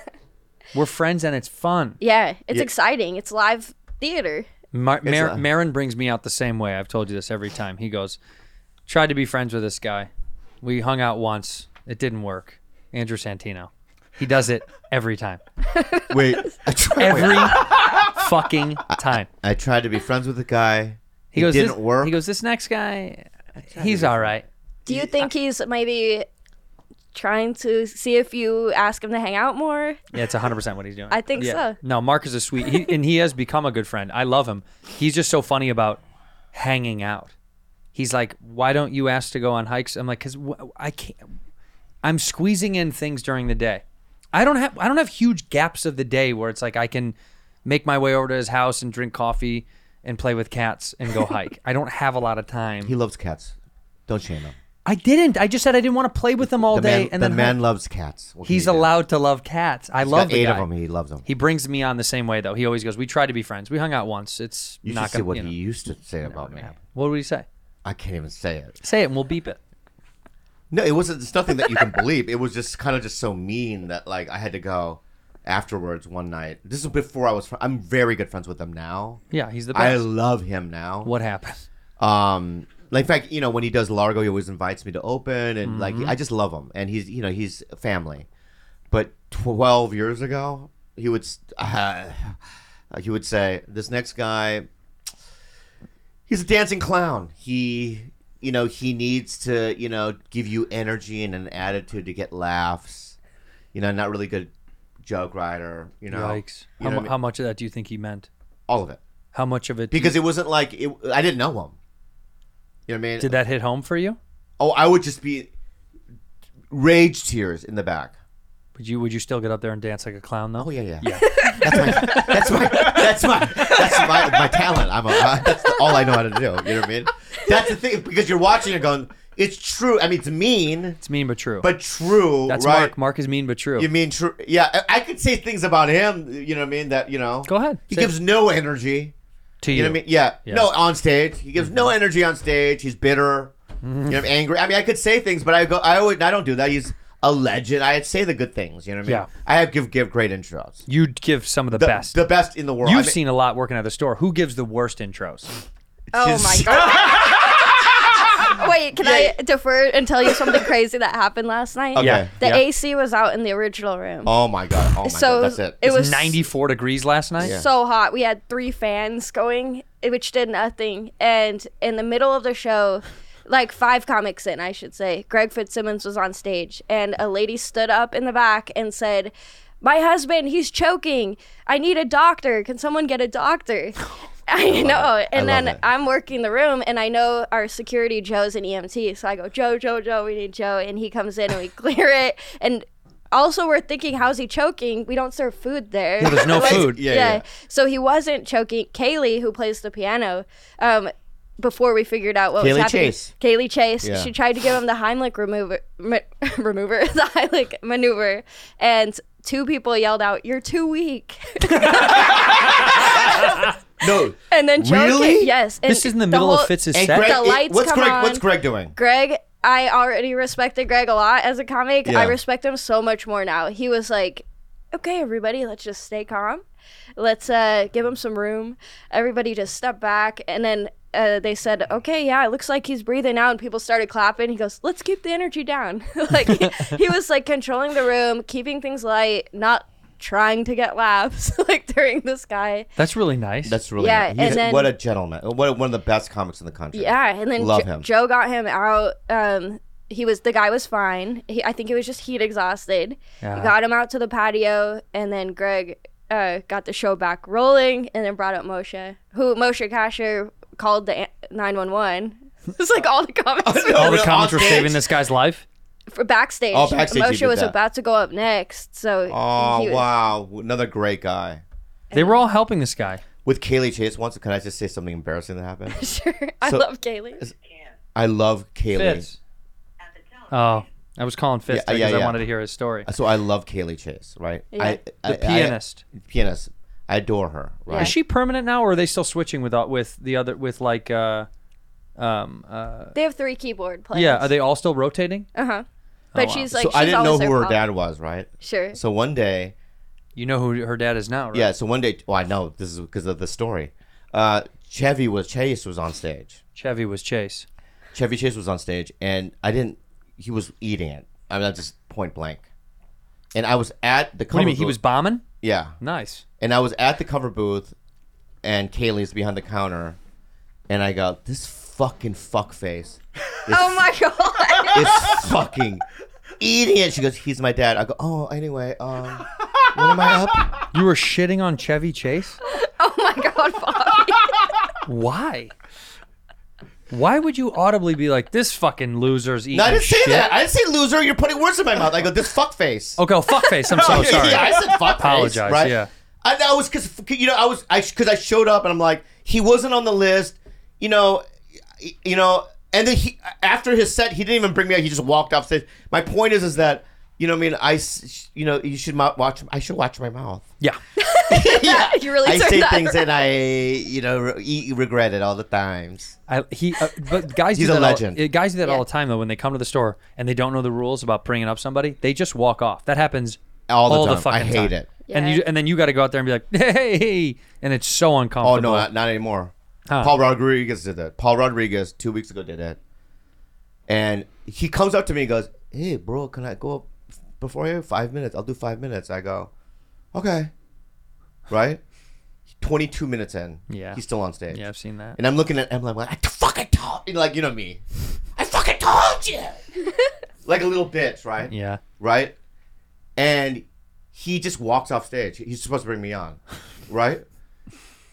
We're friends and it's fun.
Yeah, it's
Yeah.
exciting. It's live theater.
Mar- Mar-
a-
Marin brings me out the same way. I've told you this every time. He goes, tried to be friends with this guy. We hung out once. It didn't work. Andrew Santino. He does it every time.
Wait. I tried,
Every fucking time.
I tried to be friends with a guy.
He
He
goes,
didn't
this,
work.
He goes, this next guy, he's all right.
Do you think he's maybe trying to see if you ask him to hang out more?
Yeah, it's 100% what he's doing.
I think
Yeah.
so.
No, Mark is a sweet, he, and he has become a good friend. I love him. He's just so funny about hanging out. He's like, why don't you ask to go on hikes? I'm like, because wh- I can't. I'm squeezing in things during the day. I don't have I don't have huge gaps of the day where it's like I can make my way over to his house and drink coffee and play with cats and go hike. I don't have a lot of time.
he loves cats. Don't shame him.
I didn't. I just said I didn't want to play with them all
the
day.
man,
and
the
then
man loves cats. What can
he's
you do?
allowed to love cats. I
He's
love
got
the
eight
guy.
of them. He loves them.
He brings me on the same way though. He always goes, "We tried to be friends. We hung out once. It's
you should
not
see
gonna."
what
you know."
he used to say about me.
What would he say?
I can't even say it.
Say it, and we'll beep it.
No, it wasn't. It's nothing that you can believe. It was just kind of just so mean that like I had to go afterwards one night. This is before I was. Fr- I'm very good friends with him now.
Yeah, he's the
I
best.
love him now.
what happened?
Um, like in fact, you know, when he does Largo, he always invites me to open, and like
Mm-hmm.
I just love him, and he's you know he's family. But twelve years ago, he would s- uh, he would say this next guy, he's a dancing clown. He you know he needs to you know give you energy and an attitude to get laughs. You know, not really good joke writer. You know,
Yikes!
You
how, mu-
know what I
how
mean?
much of that do you think he meant?
all of it
How much of it? do you-
because it wasn't like it, I didn't know him. You know what I mean?
did that hit home for you?
Oh, I would just be rage tears in the back.
Would you would you still get up there and dance like a clown though?
Oh yeah, yeah.
Yeah.
that's my that's my that's my that's my, my talent. I'm a I- that's all I know how to do. You know what I mean? That's the thing because you're watching it going. It's true. I mean, it's mean,
It's mean but true.
but true.
that's
right?
Mark. Mark is mean but true.
You mean true? Yeah, I, I could say things about him. You know what I mean? That you know.
Go ahead.
He
Say
gives no energy.
to you.
You know what I mean? Yeah.
Yeah. Mm-hmm.
No, on stage, he gives no energy on stage. He's bitter. You know, angry. I mean, I could say things, but I go. I always. I don't do that. He's a legend. I say the good things. You know what I mean?
Yeah.
I have give give great intros.
You give some of the,
The
best.
The best in the world.
You've
I mean,
seen a lot working at the store. Who gives the worst intros?
Oh
she's-
my god. Wait, can
Yeah.
I defer and tell you something crazy that happened last night?
Okay.
Yeah.
The
Yeah.
AC was out in the original room.
Oh my god. Oh my god.
so
That's it.
it was
94 degrees last night.
so hot. We had three fans going, eh, which did nothing. And in the middle of the show, like five comics in, I should say, Greg Fitzsimmons was on stage, and a lady stood up in the back and said, "My husband, he's choking. I need a doctor. Can someone get a doctor?" I know. And
love
then
it.
I'm working the room, and I know our security Joe's an EMT, so I go, "Joe, Joe, Joe, we need Joe," and he comes in and we clear it. And also, we're thinking, "How's he choking? We don't serve food there."
Well, there's no
Like,
food.
Yeah,
yeah,
yeah.
So he wasn't choking. Kaylee, who plays the piano, um, before we figured out what was
Kaylee
happening.
Chase.
Kaylee Chase.
Yeah.
She tried to give him the Heimlich remover, ma- remover, the Heimlich maneuver, and two people yelled out, "You're too weak."
No.
And then choking.
Really?
Yes. and
This is in the middle
whole-
of Fitz's
And
set.
Greg,
The lights
what's
come
Greg?
on.
What's Greg doing?
Greg, I already respected Greg a lot as a comic.
Yeah.
I respect him so much more now. He was like, okay, everybody, let's just stay calm. Let's uh, give him some room. Everybody just step back. And then uh, they said, okay, yeah, it looks like he's breathing now. And people started clapping. He goes, let's keep the energy down. like, he, he was like controlling the room, keeping things light, not trying to get laughs like during this guy.
That's really nice.
That's really
Yeah,
nice. He's-
and then-
what a gentleman. What one of the best comics in the country.
Yeah, and then
Love
Jo-
him.
Joe got him out. Um, he was the guy was fine. He, I think he was just heat exhausted.
Yeah.
He got him out to the patio, and then Greg uh, got the show back rolling, and then brought up Moshe, who Moshe Kasher called the nine one one. It's like all the comments
All the
We're
comments were
on stage.
saving this guy's life.
for backstage.
Oh, backstage he
Moshe
did
was
that.
about to go up next, so
Oh
he was-
wow, another great guy.
They were all helping this guy.
With Kaylee Chase once, can I just say something embarrassing that happened?
Sure, I
So-
love Kaylee.
I love Kaylee.
Fitz. Oh, I was calling Fitz
Yeah,
because
yeah,
I
yeah.
wanted to hear his story.
So I love Kaylee Chase, right? I, I,
The pianist.
I, pianist. I adore her, right?
Is she permanent now, or are they still switching with uh, with the other with like uh, um uh,
They have three keyboard players.
yeah? Are they all still rotating?
but she's like
Oh, so
she's
I didn't know
always
who
their
her
follow-
dad was, right?
Sure.
So one day,
You know who her dad is now, right?
yeah. So one day, well, I know this is because of the story. Uh, Chevy was Chase was on stage.
Chevy was Chase.
Chevy Chase was on stage, and I didn't. He was eating it. I mean, that's just point blank. And I was at the
What
cover.
do you mean? He
booth-
was bombing.
Yeah.
Nice.
And I was at the cover booth, and Kaylee's behind the counter, and I go, "This fucking fuckface
Oh my god!
is fucking eating it." She goes, "He's my dad." I go, "Oh, anyway, um, when am I up?"
You were shitting on Chevy Chase.
Oh my god, Bobby!
Why? Why would you audibly be like this fucking loser's eating
No, I didn't
shit?
say that. I didn't say loser. You're putting words in my mouth. I go, "This fuckface."
Okay, well, fuckface. I'm so sorry.
Yeah, I said fuckface.
Apologize,
Right?
yeah.
I, I was because you know I was I because I showed up and I'm like he wasn't on the list, you know, y- you know, and then he after his set he didn't even bring me out. He just walked off stage. My point is is that you know what I mean I s- you know you should mo- watch I should watch my mouth.
Yeah.
yeah,
You really
I
turned
say
that
things that I you know re- e- regret it all the times.
I, he, uh, but guys,
He's
do
a
that all-
legend.
uh, guys do that all the time though. When they come to the store and they don't know the rules about bringing up somebody, they just walk off. That happens
All the time.
fucking
I hate
time.
it.
And
Yeah.
you, and then you got to go out there and be like, hey, and it's so uncomfortable.
Oh no, not, not anymore.
Huh.
Paul Rodriguez did that. Paul Rodriguez two weeks ago did that, and he comes up to me and goes, "Hey, bro, can I go up before here? Five minutes? I'll do five minutes." I go, "Okay." Right. Twenty-two minutes in,
Yeah.
he's still on stage.
yeah, I've seen that.
And I'm looking at him like, "I fucking told you," like you know me, I fucking told you, like a little bitch, right?
Yeah,
right? And he just walks off stage. He's supposed to bring me on, right?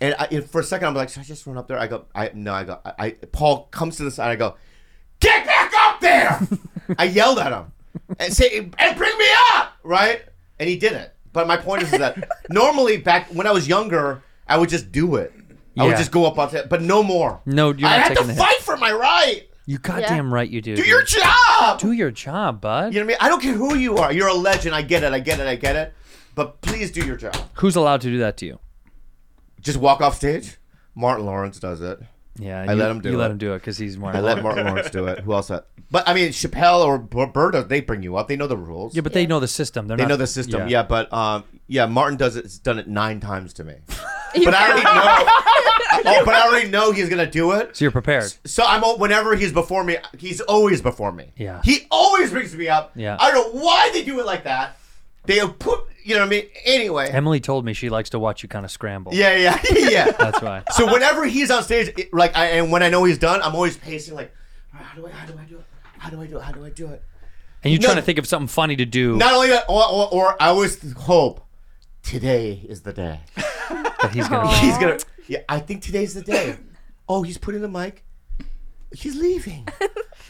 And, I, and for a second, I'm like, should I just run up there? I go, I no, I go, I, I Paul comes to the side. I go, get back up there! I yelled at him and say, and bring me up, right? and he didn't. But my point is, is that normally back when I was younger, I would just do it. I
Yeah.
would just go up on it, but no more.
No, you're
I
not
had
taking
to
the hit.
fight for my right.
You goddamn right you do.
Do your job.
Do your job, bud.
You know what I mean? I don't care who you are. You're a legend. I get it. I get it. I get it. But please do your job.
Who's allowed to do that to you?
Just walk off stage. Martin Lawrence does it.
Yeah,
I
you-
let him do
You
it.
let him do it because he's more.
I let Martin Lawrence do it. Who else? had- But I mean, Chappelle or Bur- Burdo, they bring you up. They know the rules.
Yeah, but they know the system. They're
they
not-
know the system. Yeah, but um, yeah, Martin does it. Has done it nine times to me. but I already know. oh, but I already know he's gonna do it.
So you're prepared.
So I'm al- whenever he's before me, he's always before me.
Yeah.
He always brings me up.
Yeah.
I don't know why they do it like that. They put, you know what I mean. Anyway.
Emily told me she likes to watch you kind of scramble.
yeah, yeah, yeah.
That's why.
so whenever he's on stage, it, like, I, and when I know he's done, I'm always pacing, like, "All right, how do I, how do I do it? How do I do it? How do I do it?
And you're
No.
trying to think of something funny to do
Not only that, or, or, or I always hope today is the day.
that he's going to.
He's gonna. Yeah, I think today's the day. Oh, he's putting the mic. He's leaving.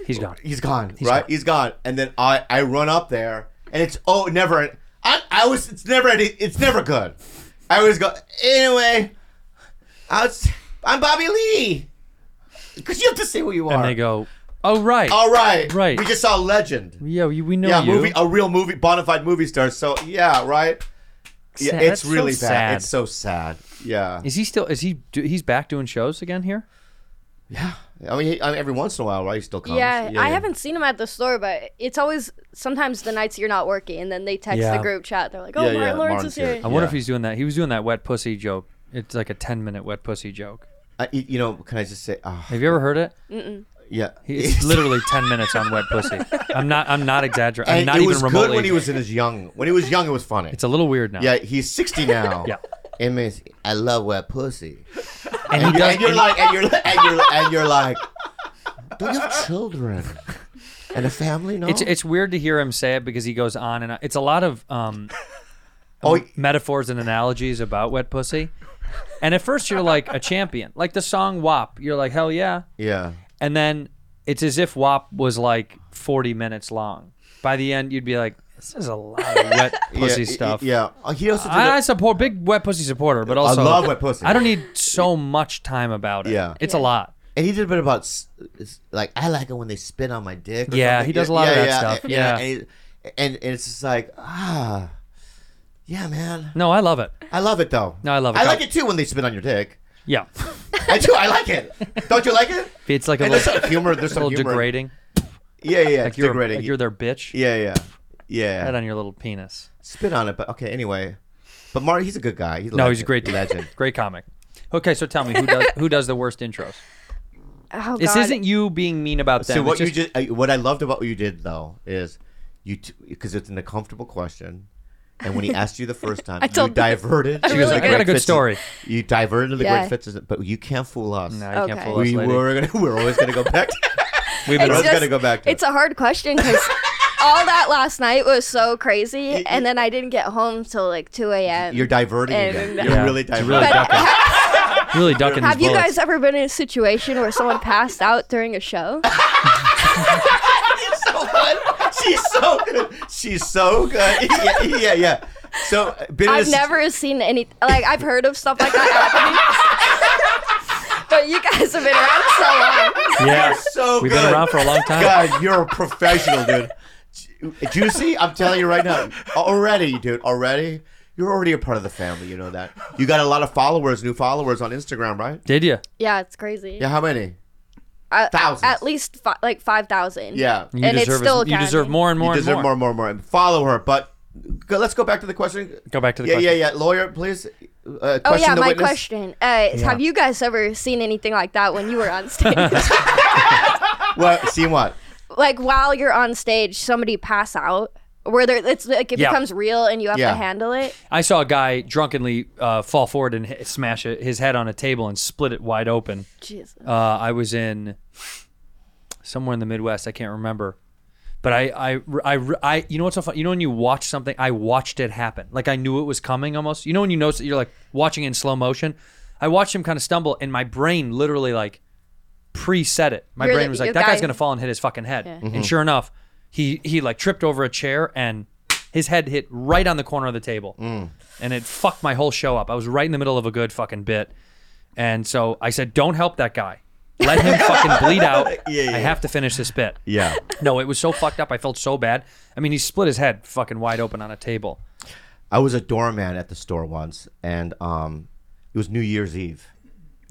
He's gone.
He's gone. right? He's gone. And then I, I run up there, and it's oh never. I, I was. It's never. any- It's never good. I always go anyway. I was, I'm Bobby Lee. Because you have to say who you are.
And they go, oh, right.
All right.
Right.
We just saw legend.
Yeah, we we know
yeah,
you.
movie. A real movie. Bonafide movie star. So yeah, right. Yeah,
Sad.
it's
That's so
really bad.
sad.
It's so sad. Yeah.
Is he still? Is he? do- He's back doing shows again here.
I mean, he, I mean, every once in a while, right? He still comes.
Yeah, I haven't seen him at the store, but it's always sometimes the nights you're not working, and then they text
Yeah.
the group chat. They're like, "Oh,
Yeah,
Martin
yeah,
Lawrence
Martin's
is here."
here.
I wonder
Yeah.
if he's doing that. He was doing that wet pussy joke. It's like a ten minute wet pussy joke.
I, you you know, can I just say? ah,
Have you ever heard it?
yeah.
It's literally ten minutes on wet pussy. I'm not. I'm not exaggerating. I'm
and
not
it
even
was
remotely.
good when he was in his young. When he was young, it was funny.
it's a little weird now.
yeah, he's sixty now.
Yeah.
It means I love wet pussy.
and,
And,
he
you're,
does.
and you're like, and you're, and you're, and you're like, do you have children and a family? No.
It's it's weird to hear him say it because he goes on and on. it's a lot of um,
oh,
metaphors and analogies about wet pussy. And at first you're like a champion, like the song WAP. You're like hell yeah,
yeah.
and then it's as if WAP was like 40 minutes long. By the end, you'd be like, this is a lot of wet pussy
yeah,
stuff.
Yeah. Oh, He also did.
I, I
a-
support big wet pussy supporter, but also
love wet pussy.
I don't need so much time about it.
Yeah.
it's a lot.
and he did a bit about s- s- like I like it when they spit on my dick. or
Yeah,
something.
he does a lot of that stuff.
and-
Yeah.
and, he- and and it's just like ah, yeah, man.
No, I love it.
I love it though.
No, I love it.
I like it too when they spit on your dick.
Yeah,
I do. I like it. Don't you like it?
it's like a
And there's
little,
some humor. There's
a
some
little
humor.
degrading.
Yeah, yeah. Like
Like you're,
degrading.
like you're their bitch.
yeah, yeah, yeah.
Head on your little penis.
Spit on it, but okay. Anyway, but Marty, he's a good guy. He's a
No,
legend.
he's a great dude.
legend.
Great comic. Okay, so tell me who does who does the worst intros?
Oh,
This
God.
isn't you being mean about them.
So what
it's just,
you just, uh, what I loved about what you did though is you because it's an uncomfortable question, and when he asked you the first time, you
told-
diverted.
She was
really
like, "I got a
Great
good
Fits-
story."
You diverted to the
Yeah.
great fits, but you can't fool us.
no, you can't
Okay.
fool us,
we
lady.
were gonna, we're always gonna go back.
We've been
We're
It's
always
just-
gonna go back. To
It's a hard question because all that last night was so crazy, and then I didn't get home till like 2 a.m.
You're diverting
And-
again.
Yeah.
You're really diverting.
really
But
ducking.
ha-
really ducking
have
these
you
bullets.
guys ever been in a situation where someone passed out during a show?
She's so good. She's so good. She's so good. Yeah, yeah, yeah. So uh, been in
I've
a-
never seen any like I've heard of stuff like that happening. but you guys have been around so long.
yeah.
so
We've
good.
been around for a long time.
God, you're a professional, dude. Ju- Juicy, I'm telling you right now. Already, dude. Already, you're already a part of the family. You know that. You got a lot of followers, new followers on Instagram, right?
Did you?
Yeah, it's crazy.
Yeah. How many?
I-
Thousands.
At least fi- like five thousand.
Yeah.
You
And it's
deserve
still
you deserve
counting.
more and Mm-hmm. more
you
and
deserve
more.
more, and more, and more. And follow her, but. Go, let's go back to the question.
Go back to the
yeah,
question.
yeah, yeah. Lawyer, please. Uh, question
Oh yeah,
the
my
witness.
question. Uh, is Have you guys ever seen anything like that when you were on stage?
What? See what?
like while you're on stage, somebody pass out. Where there, it's like it
Yeah.
becomes real and you have
Yeah.
to handle it.
I saw a guy drunkenly uh, fall forward and hit, smash it, his head on a table and split it wide open.
Jesus.
Uh, I was in somewhere in the Midwest. I can't remember. But I, I, I, I, you know what's so fun? You know when you watch something, I watched it happen. Like I knew it was coming almost. You know when you notice that you're like watching it in slow motion. I watched him kind of stumble, and my brain literally like preset it. My
You're
brain
the-
was
you're
like, "That guy's
guy-
gonna fall and hit his fucking head." And sure enough, he he like tripped over a chair and His head hit right on the corner of the table, and it fucked my whole show up. I was right in the middle of a good fucking bit, and so I said, "Don't help that guy. Let him fucking bleed out.
Yeah, yeah.
I have to finish this bit."
Yeah.
No, it was so fucked up. I felt so bad. I mean, he split his head fucking wide open on a table.
I was a doorman at the store once, and um, it was New Year's Eve.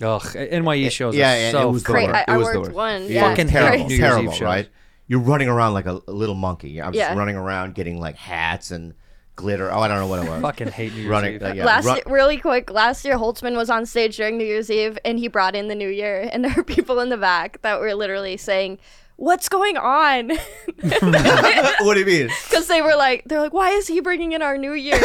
Ugh, NYE E shows
yeah,
are
and
so
it was the
Cra-
worst.
I- I
it was the
worked
worst.
one, Yeah.
Fucking
terrible,
hell. New Year's
terrible,
Eve shows.
right? You're running around like a, a little monkey. I'm just
Yeah.
running around getting like hats and glitter. Oh, I don't know what it was.
fucking hate New Year's
running.
Eve.
uh, yeah,
last
run-
year, really quick, last year Holtzman was on stage during New Year's Eve and he brought in the new year and there were people in the back that were literally saying, "What's going on?"
what do you mean?
Cuz they were like they're like, "Why is he bringing in our new year?"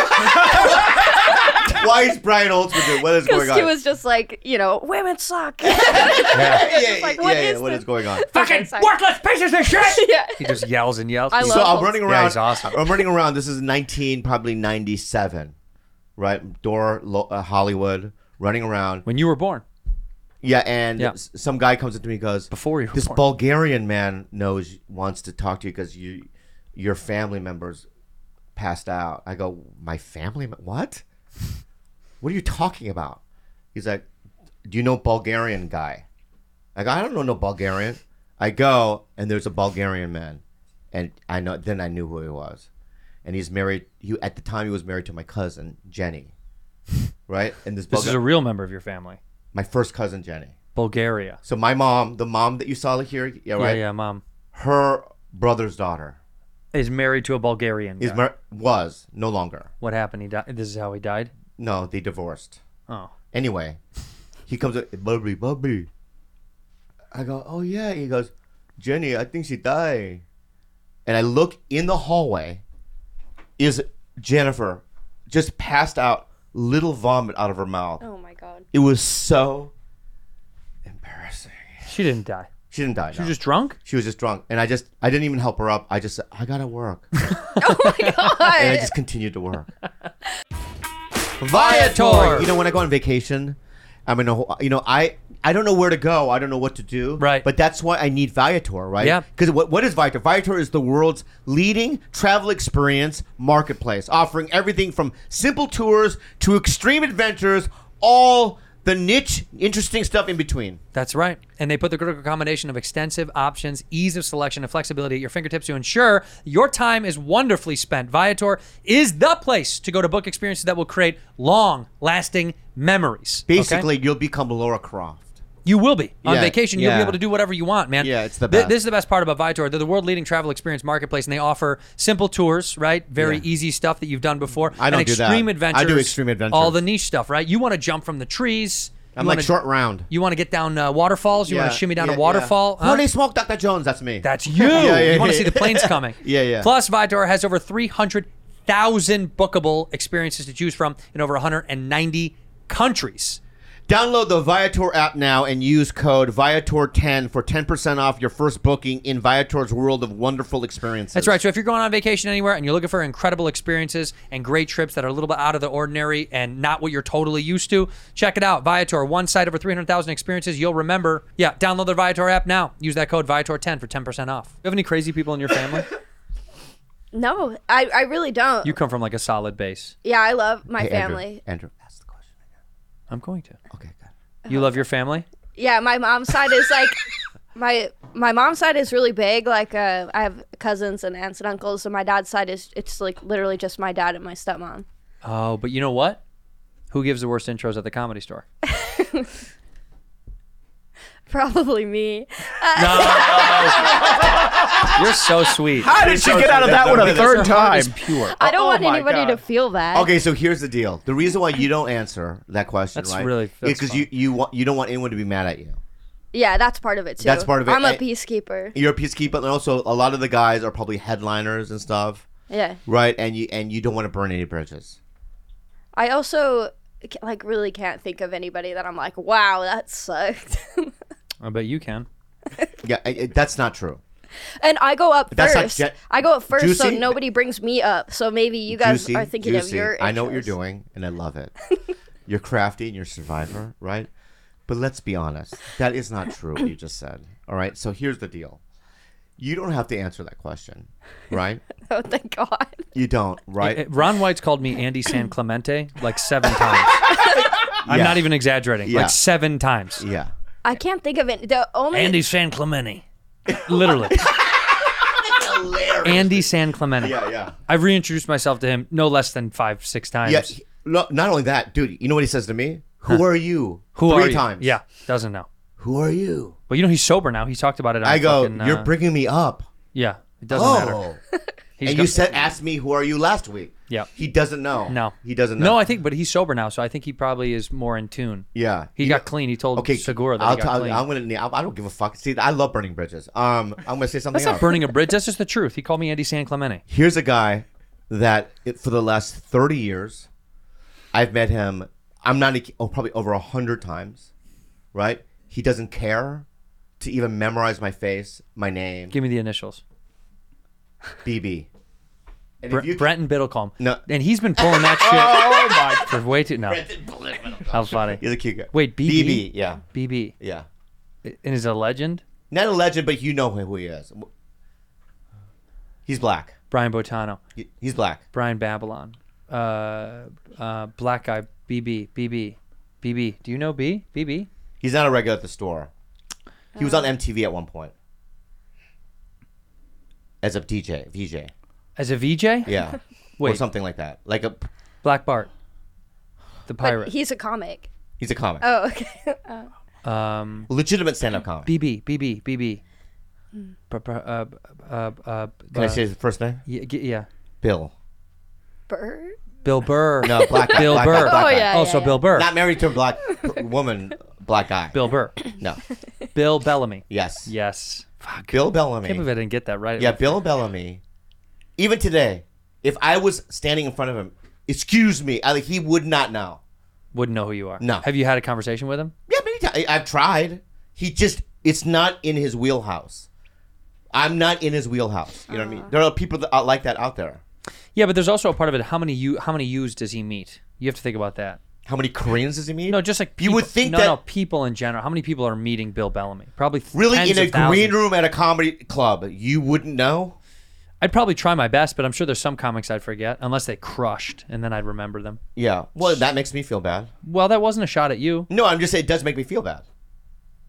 Why is Brian Holtzman doing? What is
Cuz
going on?
he was just like, you know, women suck.
yeah, yeah,
like,
yeah,
what
yeah,
is
what
this?
is going on?
Fucking
Worthless pieces of shit.
yeah.
He just yells and yells.
I
So
love
I'm
Holtz.
running
Yeah,
around.
he's awesome.
I'm running around. This is 19, probably 97, right? Door lo- uh, Hollywood, running around.
When you were born,
Yeah, and
Yeah.
s- some guy comes up to me and goes,
Before you were
this
born."
Bulgarian man knows wants to talk to you because you your family members passed out." I go, "My family? mem- What? What are you talking about?" He's like, "Do you know Bulgarian guy?" I go, "I don't know no Bulgarian." I go, and there's a Bulgarian man, and I know then I knew who he was, and he's married. He at the time he was married to my cousin Jenny, right? And this,
this
Bulga-
is a real member of your family.
my first cousin Jenny.
Bulgaria.
So my mom, the mom that you saw here, yeah, right.
Yeah, yeah, mom
Her brother's daughter
is married to a Bulgarian.
is
guy.
mar- was no longer.
what happened? He died. This is how he died.
No, they divorced.
Oh,
Anyway, he comes up, Bubby, Bubby. I go, oh yeah. He goes, Jenny, I think she died. And I look in the hallway, is Jennifer, just passed out, little vomit out of her mouth.
Oh my god.
It was so embarrassing.
she didn't die.
She didn't die.
She
no.
was just drunk.
she was just drunk, and I just I didn't even help her up. I just said, I gotta work. and I
God.
just continued to work. Viator. You know, when I go on vacation, I'm in a. whole- You know, I I don't know where to go. I don't know what to do.
Right.
But that's why I need Viator, right?
Yeah.
Because what what is Viator? Viator is the world's leading travel experience marketplace, offering everything from simple tours to extreme adventures, all the niche, interesting stuff in between.
That's right. And they put the critical combination of extensive options, ease of selection, and flexibility at your fingertips to ensure your time is wonderfully spent. Viator is the place to go to book experiences that will create long lasting memories. okay?
Basically, you'll become Laura Croft.
You will be on
Yeah,
vacation. You'll be
yeah.
able to do whatever you want, man.
Yeah, it's the
Th-
best.
This, is the best part about Viator. They're the world leading travel experience marketplace, and they offer simple tours, right? Very easy stuff that you've done before.
I don't
and
do that.
extreme
I do
adventures.
extreme adventures.
All the niche stuff, right? You want to jump from the trees.
I'm
you
like
wanna-
short round.
You want to get down uh, waterfalls. You want to shimmy down a waterfall. huh?
Holy smoke, Dr. Jones, that's me.
That's you.
yeah,
you want to
yeah.
see the planes coming.
Yeah, yeah.
Plus, Viator has over 300,000 bookable experiences to choose from in over 190 countries.
Download the Viator app now and use code Viator10 for 10% off your first booking in Viator's world of wonderful experiences.
That's right. So if you're going on vacation anywhere and you're looking for incredible experiences and great trips that are a little bit out of the ordinary and not what you're totally used to, check it out. Viator, one site over 300,000 experiences you'll remember. Yeah, download the Viator app now. Use that code Viator10 for 10% off. Do you have any crazy people in your family?
No, I, I really don't.
you come from like a solid base.
yeah, I love my
Hey,
family.
Andrew, Andrew, ask the question again.
I'm going to.
Okay, good.
You love your family?
yeah my mom's side is like my my mom's side is really big like uh, i have cousins and aunts and uncles and my dad's side is it's like literally just my dad and my stepmom
Oh, but you know what? Who gives the worst intros at the comedy store?
probably me
You're so sweet.
How did she get out of that one a third time?
Pure.
i don't
Oh
want
my
anybody to
God.
feel bad
Okay, so here's the deal. The reason why you don't answer that question,
That's
right?
really- that's
because you you want you don't want anyone to be mad at you.
yeah that's part of it too
That's part of it.
i'm a
I-
peacekeeper
You're a peacekeeper, and also a lot of the guys are probably headliners and stuff,
yeah
right? And you and you don't want to burn any bridges.
i also ca- like really can't think of anybody that i'm like wow that sucked
I bet you can.
Yeah, it- it- that's not true.
and i go up
That's not
first
jet-
i go up first so
Juicy?
nobody brings me up so maybe you guys are thinking of your
I know what you're
intros.
doing, and I love it. you're crafty and you're a survivor, right? But let's be honest. That is not true what you just said. All right. So here's the deal. You don't have to answer that question, right?
oh, thank God.
You don't, right?
Eh, eh, Ron White's called me Andy San Clemente like seven times. I'm
Yeah.
not even exaggerating.
Yeah.
Like seven times.
yeah.
I can't think of it. The only
Andy San Clemente. Literally. Andy San Clemente.
Yeah, yeah.
I've reintroduced myself to him no less than five, six times.
Yeah. he- No, not only that, dude, you know what he says to me? Who are you?
Who
Three
are you?
times.
Yeah, doesn't know.
Who are you?
Well, you know he's sober now. He talked about it. On
I go,
fucking, uh,
you're bringing me up.
Yeah, it doesn't matter.
Oh.
He's
and
go-
you said, asked me, who are you last week?
Yeah.
He doesn't know.
No,
He doesn't know.
No, I think, but he's sober now, so I think he probably is more in tune.
Yeah.
he,
He-
got clean. He told
Okay,
Segura that
I'll
he
t-
got clean.
I'm gonna. I don't give a fuck. See, I love burning bridges. Um, I'm gonna say something
That's
else.
not burning a bridge. That's just the truth. He called me Andy San Clemente.
Here's a guy that it, for the last 30 years, I've met him. I'm not a- oh, probably over a hundred times, right? He doesn't care to even memorize my face, my name,
Give me the initials.
BB. And
Bre-
if you-
Brenton Biddlecomb.
No.
and he's been pulling that
Oh
shit for way too no. How funny.
He's a cute guy.
Wait, BB?
BB, yeah,
BB
yeah.
and is a legend.
Not a legend, but you know who he is. He's black.
Brian Botano,
He- He's black.
Brian Babylon, uh, uh, black guy BB BB BB. Do you know B BB?
He's not a regular at the store. He was on
Oh.
MTV at one point as a DJ, VJ.
As a VJ?
Yeah. Or
Wait.
something like that. Like a
Black Bart, the pirate.
But he's a comic.
he's a comic.
Oh, okay. Oh.
um,
Legitimate stand-up comic.
BB BB BB. Br- br- Uh, uh, uh,
Can I
uh,
say his first name?
Yeah, g- yeah.
Bill.
Bird?
Bill Burr.
No, black guy.
Bill
black
Burr.
Guy, black
Oh,
guy.
yeah.
also Bill Burr.
Not married to a black woman, black guy.
Bill Burr.
No.
Bill Bellamy.
Yes.
Yes. Fuck. I
Bill
can't
Bellamy.
believe I didn't get that right.
Yeah, Bill Bellamy. Even today, if I was standing in front of him, excuse me, I, like he would not know.
Wouldn't know who you are.
No.
Have you had a conversation with him?
Yeah, many times. I've tried. He just, it's not in his wheelhouse. I'm not in his wheelhouse. You know what I mean? There are people that are like that out there.
Yeah, but there's also a part of it. How many you? How many yous does he meet? You have to think about that.
How many Koreans does he meet?
No, just like
You would
people-
think
no,
that-
no, people in general. How many people are meeting Bill Bellamy? Probably th-
really
tens
in a
of thousands.
green room at a comedy club, you wouldn't know.
I'd probably try my best, but I'm sure there's some comics I'd forget unless they crushed, and then I'd remember them.
Yeah. Well, that makes me feel bad.
Well, that wasn't a shot at you.
No, I'm just saying it does make me feel bad.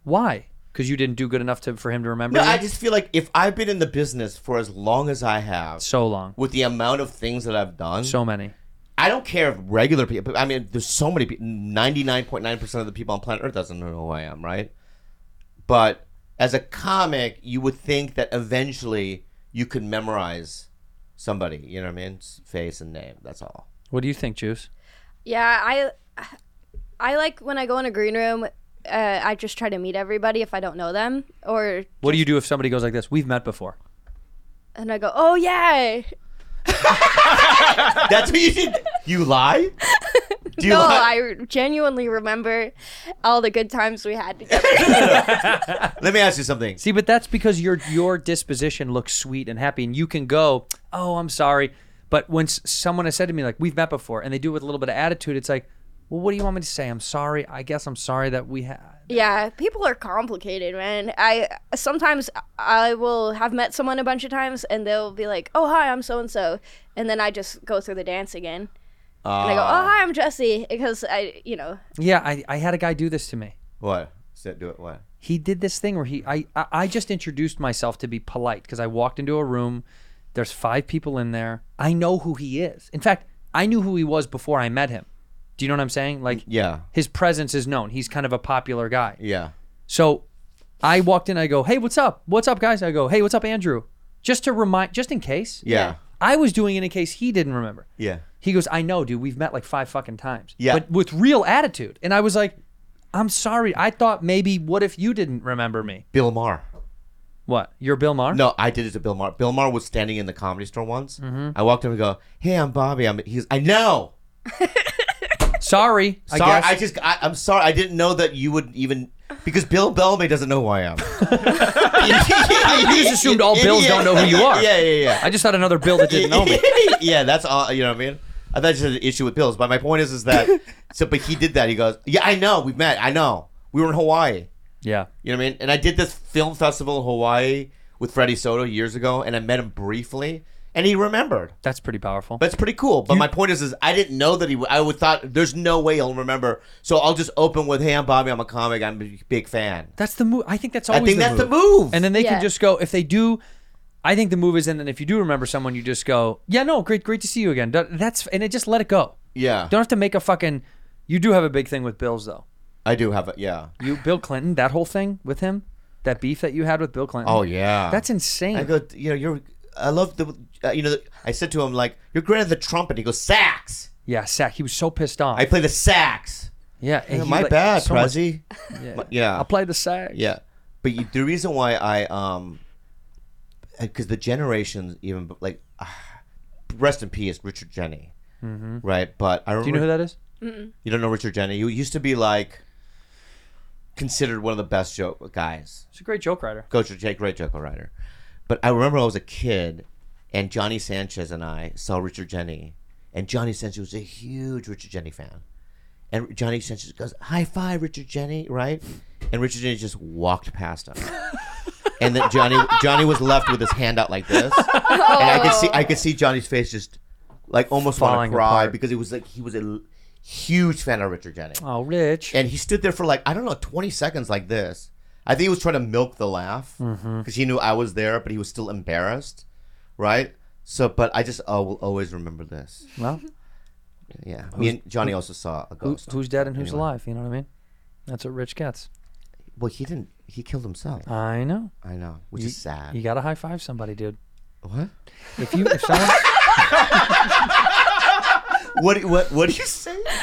Why? Because you didn't do good enough to for him to remember.
No,
you?
I just feel like if I've been in the business for as long as I have,
so long,
with the amount of things that I've done,
so many.
I don't care if regular people. I mean, there's so many people. Ninety-nine point nine percent of the people on planet Earth doesn't know who I am, right? But as a comic, you would think that eventually you could memorize somebody. You know what I mean? S- Face and name. That's all.
What do you think, Juice?
Yeah, I I like when I go in a green room, uh, I just try to meet everybody if I don't know them or
What do you do if somebody goes like this? We've met before.
and I go, "Oh yeah."
That's what you did. You lie. Do you
No,
lie?
Oh, I genuinely remember all the good times we had together.
Let me ask you something.
See, but that's because your your disposition looks sweet and happy, and you can go, "Oh, I'm sorry," but when s- someone has said to me like, "We've met before," and they do it with a little bit of attitude, it's like, "Well, what do you want me to say? I'm sorry. I guess I'm sorry that we had."
Yeah, people are complicated, man. I sometimes I will have met someone a bunch of times, and they'll be like, "Oh hi, I'm so and so," and then I just go through the dance again, and I go, "Oh hi, I'm Jesse," because I, you know,
Yeah, I, I had a guy do this to me.
What? Sit, do it. What?
He did this thing where he I I, I just introduced myself to be polite because I walked into a room. There's five people in there. I know who he is. In fact, I knew who he was before I met him. Do you know what I'm saying? Like,
Yeah.
his presence is known. He's kind of a popular guy.
Yeah.
So I walked in, I go, Hey, what's up? What's up, guys? I go, Hey, what's up, Andrew? Just to remind, just in case.
Yeah.
I was doing it in case he didn't remember.
Yeah.
He goes, I know, dude. We've met like five fucking times.
Yeah.
But with real attitude. And I was like, I'm sorry. I thought maybe, what if you didn't remember me?
Bill Maher.
What? You're Bill Maher?
No, I did it to Bill Maher. Bill Maher was standing in the comedy store once. I walked up and go, "Hey, I'm Bobby." I'm. He's. I know.
Sorry.
Sorry, I,
I guess.
just. I, I'm sorry. I didn't know that you would even because Bill Bellamy doesn't know who I am.
You just assumed all Bills don't know who you are.
Yeah, yeah, yeah.
I just had another Bill that didn't know me.
yeah, that's all. You know what I mean? I thought you had an issue with Bills, but my point is, is that so. But he did that. He goes, "Yeah, I know. We've met. I know. We were in Hawaii.
Yeah.
You know what I mean? And I did this film festival in Hawaii with Freddie Soto years ago, and I met him briefly, and he remembered.
That's pretty powerful.
That's pretty cool. But my point is, is I didn't know that he. w- I would thought there's no way he'll remember. So I'll just open with, "Hey, I'm Bobby. I'm a comic. I'm a big fan."
That's the move. I think that's
I
always.
think
the
that's the
move.
move.
And then they
Yeah.
can just go if they do. I think the move is, and then if you do remember someone, you just go, yeah, no, great, great to see you again. Don't- That's and it just let it go.
Yeah,
Don't have to make a fucking. You do have a big thing with Bills though.
I do have it. Yeah.
You Bill Clinton, that whole thing with him, that beef that you had with Bill Clinton.
Oh yeah.
Mm. that's insane.
I go, you know, you're. I love the. Uh, you know, I said to him like, "You're great at the trumpet." He goes, "Sax."
yeah, sack. He was so pissed off.
I play the sax.
yeah, and
Yeah,
he,
my
like,
bad,
so much-
Prezi. Yeah. yeah.
I play the sack.
Yeah, but you, the reason why I um, because the generations even like, ah, rest in peace, Richard Jenny, right? But I
Mm-hmm. Do you
remember,
know who that is?
You don't know Richard Jenny? Who used to be like considered one of the best joke guys.
He's a great joke writer.
Coach Jake, great joker writer. But I remember I was a kid, and Johnny Sanchez and I saw Richard Jenny, and Johnny Sanchez was a huge Richard Jenny fan, and Johnny Sanchez goes high five Richard Jenny, right? And Richard Jenny just walked past him, and then Johnny Johnny was left with his hand out like this, and I could see I could see Johnny's face just like almost want
Falling
to cry
apart.
because it was like he was a l- huge fan of Richard Jenny.
Oh, Rich.
And he stood there for like I don't know, twenty seconds like this. I think he was trying to milk the laugh because
Mm-hmm.
he knew I was there, but he was still embarrassed, right? So, but I just uh, will always remember this.
well,
Yeah, me and Johnny also saw a
who,
ghost.
who's dead and who's
Anyway.
alive? You know what I mean? That's what Rich gets.
Well, he didn't. He killed himself.
I know.
I know, which is sad.
Uh, You gotta high five somebody, dude.
what?
If you if someone
What? What? What do you say?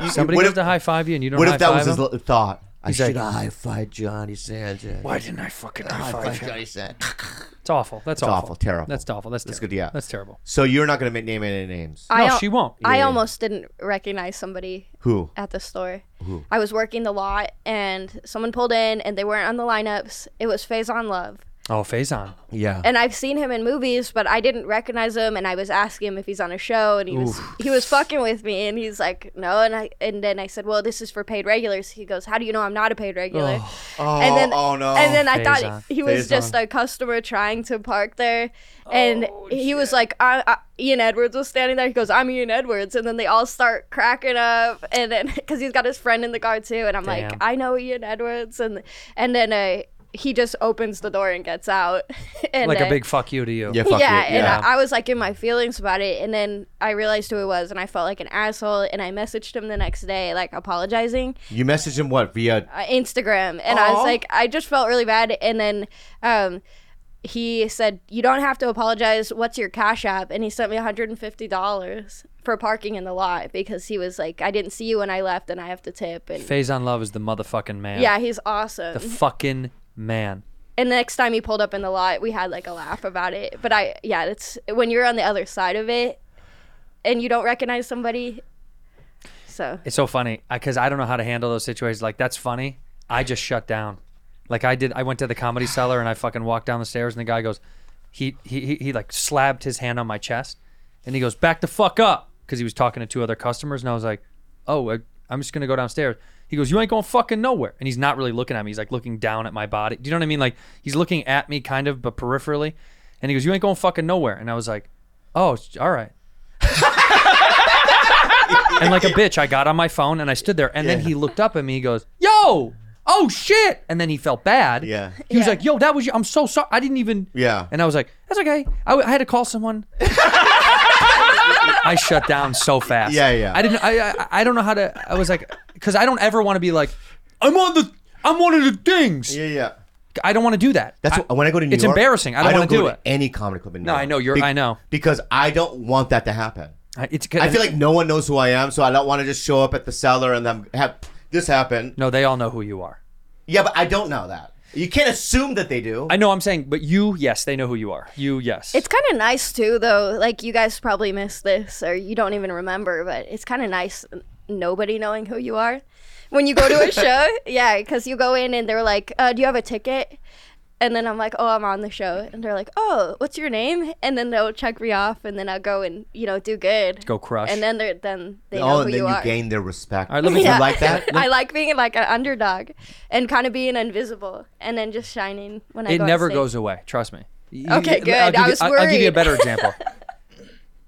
You-
somebody
what
goes
if,
to high five you and you don't
what
high
if that was
five
his
them,
l- thought? I
He's
should
like-
high five Johnny Sanchez.
why didn't I fucking high
High
five
five
him?
Johnny Sanchez.
It's awful. That's
It's
awful.
awful, terrible.
That's awful. That's
That's
terrible.
good, yeah.
That's terrible.
So you're not gonna ma- name any names.
I
no,
al-
she won't.
I almost didn't recognize somebody
Who?
at the store. I was working the lot and someone pulled in and they weren't on the lineups. It was Faison Love.
Oh, Faison.
Yeah.
And I've seen him in movies, but I didn't recognize him and I was asking him if he's on a show and he was he was fucking with me and he's like, No and I and then I said, Well, this is for paid regulars. He goes, How do you know I'm not a paid regular?
Oh,
and then
oh no.
and then I
Faison.
thought he was
Faison.
just a customer trying to park there, and he was like, I, I, Ian Edwards was standing there. He goes, I'm Ian Edwards, and then they all start cracking up, and then because he's got his friend in the car too, and I'm like,
Damn.
I know Ian Edwards, and and then uh, he just opens the door and gets out, and
Like a
uh,
big fuck you to you.
yeah, fuck
yeah,
it.
and uh,
yeah.
I, I was like in my feelings about it, and then I realized who it was, and I felt like an asshole, and I messaged him the next day, like apologizing,
You messaged him what via?
uh, Instagram, and I was like, I just felt really bad. And then um, he said, "You don't have to apologize. What's your Cash App?" And he sent me one hundred and fifty dollars for parking in the lot because he was like, "I didn't see you when I left, and I have to tip." And
Faison Love is the motherfucking man.
yeah, he's awesome.
The fucking man.
and the next time he pulled up in the lot, we had like a laugh about it. But I, yeah, it's when you're on the other side of it, and you don't recognize somebody. So
It's so funny because I don't know how to handle those situations. Like that's funny. I just shut down. Like I did. I went to the comedy cellar and I fucking walked down the stairs and the guy goes, he he he, he like slapped his hand on my chest, and he goes back the fuck up because he was talking to two other customers and I was like, oh, I, I'm just gonna go downstairs. He goes, you ain't going fucking nowhere. And he's not really looking at me. He's like looking down at my body. Do you know what I mean? Like he's looking at me kind of, but peripherally. And he goes, you ain't going fucking nowhere. And I was like, oh, all right and like a bitch, I got on my phone and I stood there. And then he looked up at me. He goes, "Yo, oh shit!" And then he felt bad.
Yeah.
He was like, "Yo, that was you. I'm so sorry. I didn't even."
Yeah.
And I was like, "That's okay. I, w- I had to call someone." I shut down so fast.
Yeah, yeah.
I didn't. I I, I don't know how to. I was like, because I don't ever want to be like, I'm on the. I'm one of the things.
Yeah, yeah.
I don't want to do that.
That's
I-
what, when I go to New
it's
York.
embarrassing. I don't, want to
go
do
to
it.
any comedy club in New
No,
York.
I know, you're- I know.
because I don't want that to happen.
I- it's.
I feel like no one knows who I am, so I don't want to just show up at the cellar and then have this happen.
no, they all know who you are.
Yeah, but I don't know that. You can't assume that they do.
I know. I'm saying, but you, yes, they know who you are. You, yes.
It's kind of nice too, though. Like you guys probably missed this, or you don't even remember, but it's kind of nice n- nobody knowing who you are when you go to a show. Yeah, because you go in and they're like, uh, "Do you have a ticket?" And then I'm like, oh, I'm on the show. And they're like, oh, what's your name? And then they'll check me off, and then I'll go and you know do good.
Go crush.
And then they're then they know
oh,
who
and then
you
you,
are.
gain their respect.
All right, let me-
You
Yeah.
like that?
I like being like an underdog and kind of being invisible and then just shining when I
it
go on
never
stage.
goes away. Trust me. You-
Okay, good.
I'll give
I
you-
was
I'll- I'll give you a
worried.
better example.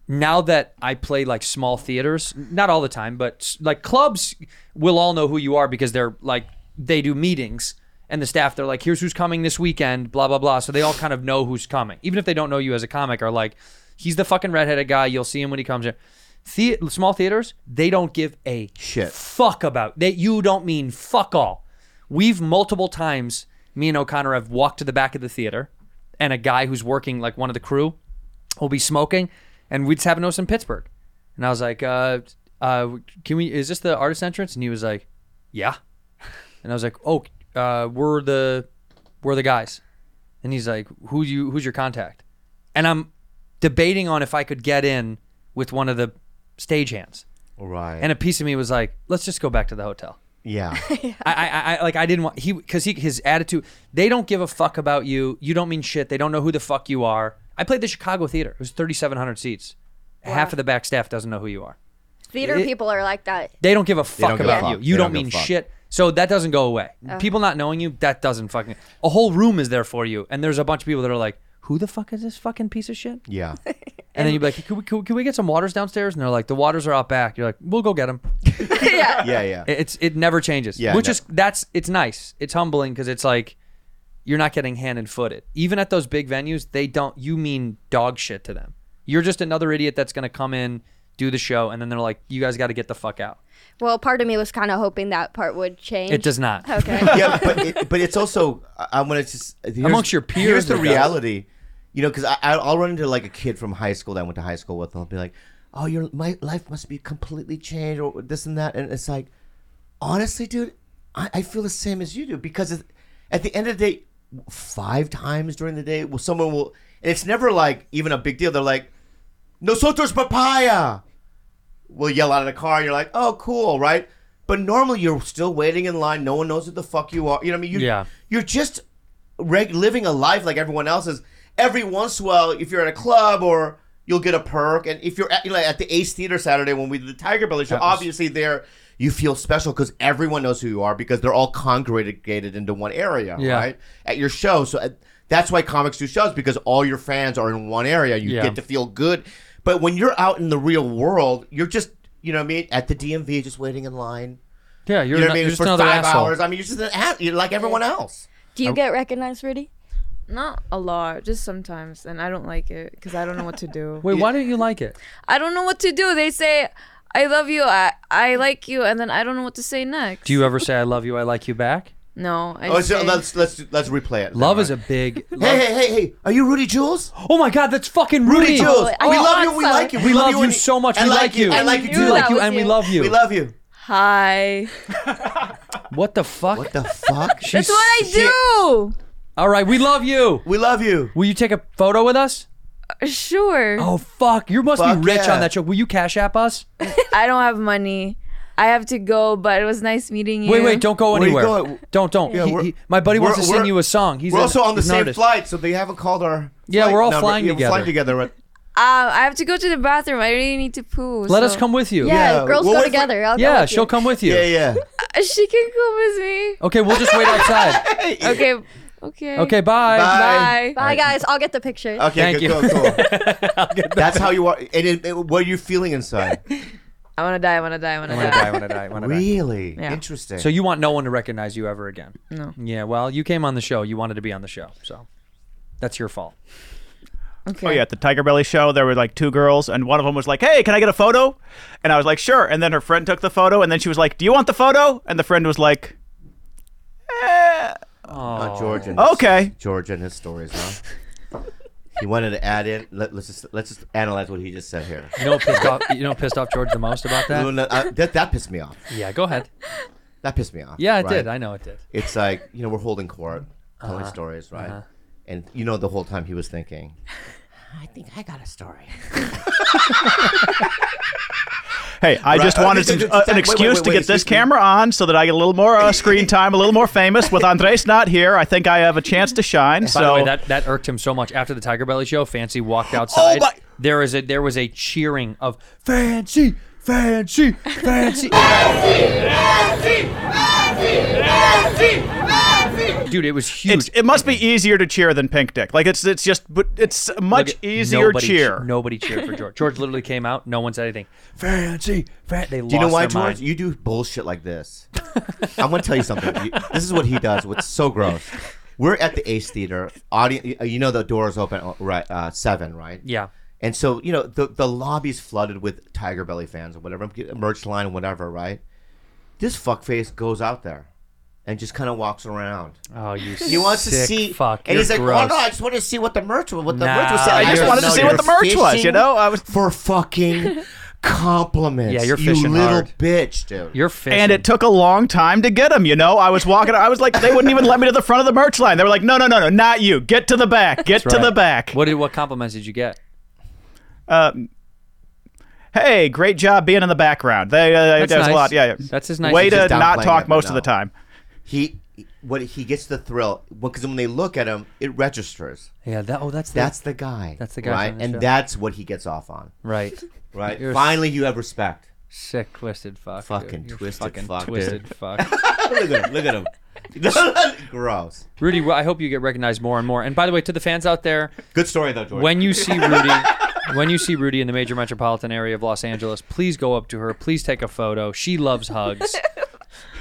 now that I play like small theaters, not all the time, but s- like clubs will all know who you are because they're like they do meetings and the staff they're like, here's who's coming this weekend, blah blah blah. So they all kind of know who's coming, even if they don't know you as a comic. Are like, he's the fucking redheaded guy. You'll see him when he comes here. The- small theaters, they don't give a
Shit.
fuck about that. You don't mean fuck all. We've multiple times, me and O'Connor have walked to the back of the theater, and a guy who's working like one of the crew will be smoking, and we'd just happen to us in Pittsburgh. And I was like, uh, uh, "Can we? Is this the artist entrance?" And he was like, "Yeah." And I was like, "Oh, uh, we're the we're the guys." And he's like, "Who you? Who's your contact?" And I'm debating on if I could get in with one of the stagehands.
Right.
And a piece of me was like, "Let's just go back to the hotel."
yeah.
I, I, I like I didn't want he because he his attitude. They don't give a fuck about you. You don't mean shit. They don't know who the fuck you are. I played the Chicago theater. It was thirty seven hundred seats. Half of the back staff doesn't know who you are.
Theater
it-
people are like that.
They don't give a
don't
fuck
give a
about
fuck.
you.
They
You
don't
don't,
give a
mean
fuck.
shit. So that doesn't go away. People not knowing you, that doesn't fucking. A whole room is there for you, and there's a bunch of people that are like, "Who the fuck is this fucking piece of shit?"
Yeah.
And then you'd be like, "Can we, can we, can we get some waters downstairs?" And they're like, "The waters are out back." You're like, "We'll go get them."
Yeah. Yeah.
It's it never changes.
Yeah,
which
no.
is that's it's nice. It's humbling because it's like you're not getting hand and footed. Even at those big venues, they don't. You mean dog shit to them. You're just another idiot that's gonna come in, do the show, and then they're like, "You guys got to get the fuck out."
Well, part of me was kind of hoping that part would change.
It does not.
Okay.
yeah, but it, but it's also I- I'm gonna just here's-
Amongst your peers,
Here's the
it does.
reality, you know, because I I- I'll run into like a kid from high school that I went to high school with, and I'll be like, "Oh, your my life must be completely changed, or this and that," and it's like, honestly, dude, I, I feel the same as you do because it, at the end of the day, five times during the day, well, someone will, and it's never like even a big deal. They're like, "Nosotros papaya." will yell out of the car and you're like, oh, cool, right? But normally you're still waiting in line. No one knows who the fuck you are. You know what I mean? You,
Yeah.
You're just reg- living a life like everyone else is. Every once in a while, if you're at a club or you'll get a perk. And if you're at, you know, at the Ace Theater Saturday when we did the Tiger Belly show, obviously there you feel special because everyone knows who you are because they're all congregated into one area,
Yeah.
right? At your show. So uh, that's why comics do shows because all your fans are in one area. You
Yeah.
get to feel good. But when you're out in the real world, you're just, you know what I mean, at the DMV, just waiting in line.
Yeah, you're,
You know
not-
what I mean?
you're just
For
another
five
asshole.
hours. I mean, you're just an ass. You're like everyone else.
Do you get recognized, Rudy?
Not a lot, just sometimes, and I don't like it because I don't know what to do.
Wait, why don't you like it?
I don't know what to do. They say, "I love you," I, I like you, and then I don't know what to say next.
Do you ever say "I love you, I like you" back?
No, I.
Oh, so
say-
let's let's let's replay it.
Love is a big.
Hey, hey, hey, hey! Are you Rudy Jules?
Oh my God, that's fucking Rudy.
Rudy Jules.
I
we
thought
love you. We
so.
like you.
We love you
and-
so much.
I
We like you.
I like you
I
too.
We
knew
like
that
you,
was
and we
you.
love you.
We love you.
hi.
What the fuck?
What the fuck?
That's what I do.
All right, we love you.
We love you.
Will you take a photo with us?
Sure.
Oh fuck, you must
Fuck
be rich
yeah.
on that show. Will you cash app us?
I don't have money. I have to go, but it was nice meeting you.
Wait, wait, don't go
Where you
anywhere.
going?
Don't, don't. He-
we're-
he- my buddy wants to
we're-
sing
we're-
you a song. He's
We're
an-
also on the
he's an
same
artist.
flight, so they haven't called our.
Yeah,
flight
we're all
number.
flying
Yeah, We're
together.
flying together. right?
Um, I have to go to the bathroom. I really need to poo.
Let
so-
us come with you.
Yeah,
Yeah,
girls
well,
go
wait for-
together. I'll go
Yeah,
with you.
she'll come with you.
Yeah, yeah.
Uh, She can come with me.
Okay, we'll just wait outside.
Okay. Okay.
Okay, bye.
Bye.
Bye.
Bye, guys. I'll get the picture.
Thank
Okay, good,
you.
cool, cool. That's how you are. And it, it- what are you feeling inside?
I want to die. I want to die. I want to
I wanna
die.
die, I wanna die, I wanna die.
really
Yeah.
interesting.
So you want no one to recognize you ever again? No. Yeah, well, you came on the show. You wanted to be on the show, so that's your fault.
Okay.
Oh yeah, at the Tiger Belly show, there were like two girls, and one of them was like, "Hey, can I get a photo?" And I was like, "Sure." And then her friend took the photo, and then she was like, "Do you want the photo?" And the friend was like,
Not George and his-
"Okay."
George and his stories, huh? he wanted to add in. Let, us just let's just analyze what he just said here.
You know, what pissed off. You know, what pissed off George the most about
No,
that.
no, I- that, that pissed me off.
Yeah, go ahead.
That pissed me off.
Yeah, it
right?
did. I Uh-huh. know it did.
It's like you know we're holding court, telling stories, right? And you know the whole time he was thinking, I think I got a story.
Hey, I just
Right.
wanted some,
Okay, so- so-
uh,
wait,
an
wait,
excuse
wait,
to
wait,
get this
excuse me.
camera on so that I get a little more uh, screen time, a little more famous. With Andres not here, I think I have a chance to shine.
By
so
the way, that, that irked him so much. After the Tiger Belly show, Fancy walked
Oh
outside.
my-
There is a there was a cheering of Fancy, Fancy, Fancy. Dude, it was huge.
it's, it must be easier to cheer than Pink Dick. Like it's it's just but it's a much
Look at-
easier
nobody
cheer.
che- Nobody cheered for George. George literally came out. No one said anything. Fancy, fan. They
Do you know
lost
why,
their
George?
mind.
You do bullshit like this. I'm going to tell you something. You- this is what he does. What's so gross. We're at the Ace Theater. Audience, you know the doors open uh, right uh, seven, right?
Yeah.
And so you know the the lobby's flooded with Tiger Belly fans or whatever, merch line, whatever, right? This fuckface goes out there and just kind of walks around.
Oh, you.
He wants to
sick
see,
Fuck.
and
You're
he's like,
gross.
"Oh no, I just wanted to see what the merch was. What the
Nah,
merch was." selling."
I just
don't
wanted to
know,
see what
you're
the merch was, you
fishing
know? I was-
for fucking compliments.
Yeah, you're
you
fishing
little
hard.
bitch, dude.
You're fishing.
and it took a long time to get him. You know, I was walking. I was like, they wouldn't even let me to the front of the merch line. They were like, no, no, no, no, not you. Get to the back. Get
That's
to the
right.
back.
What did what compliments did you get?
Um, hey, great job being in the background. They, uh,
That's
that was
nice.
a lot. Yeah, yeah.
That's his nice-
way
He's
to
just
not
downplaying
talk
it, but
most of
no.
the time.
he what he gets the thrill because when they look at him, it registers.
Yeah. That. Oh, that's the,
That's the guy.
That's the guy
right?
from the
And
show.
that's what he gets off on,
right.
right?
You're
Finally, you have respect.
Sick twisted fuck. dude.
Fucking
You're
twisted
fucking
fuck, dude.
twisted fuck.
look at him. Look at him. Gross.
Rudy, well, I hope you get recognized more and more. And by the way, to the fans out there,
Good story though, George.
when you see Rudy, when you see Rudy in the major metropolitan area of Los Angeles, please go up to her. Please take a photo. She loves hugs.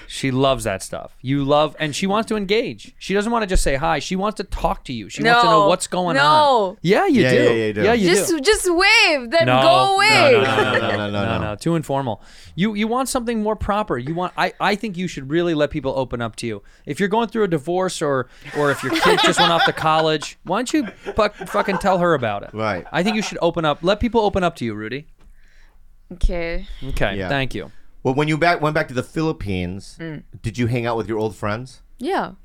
She loves that stuff. You love, and she wants to engage. She doesn't want to just say hi. She wants to talk to you. She wants to know
No.
what's going
No.
on. Yeah, you
Yeah,
do.
yeah, yeah, you do.
you
just
do.
just wave, then
No,
go away.
No, no, no, no, no,
no,
no, no,
no, no.
no. Too informal. You you want something more proper. You want. I I think you should really let people open up to you. If you're going through a divorce or or if your kid just went off to college, why don't you fuck, fucking tell her about it?
Right.
I think you should open up. Let people open up to you, Rudy.
Okay.
Okay.
Yeah.
Thank you.
well, when you back went back to the Philippines, did you hang out with your old friends?
Yeah. Mm.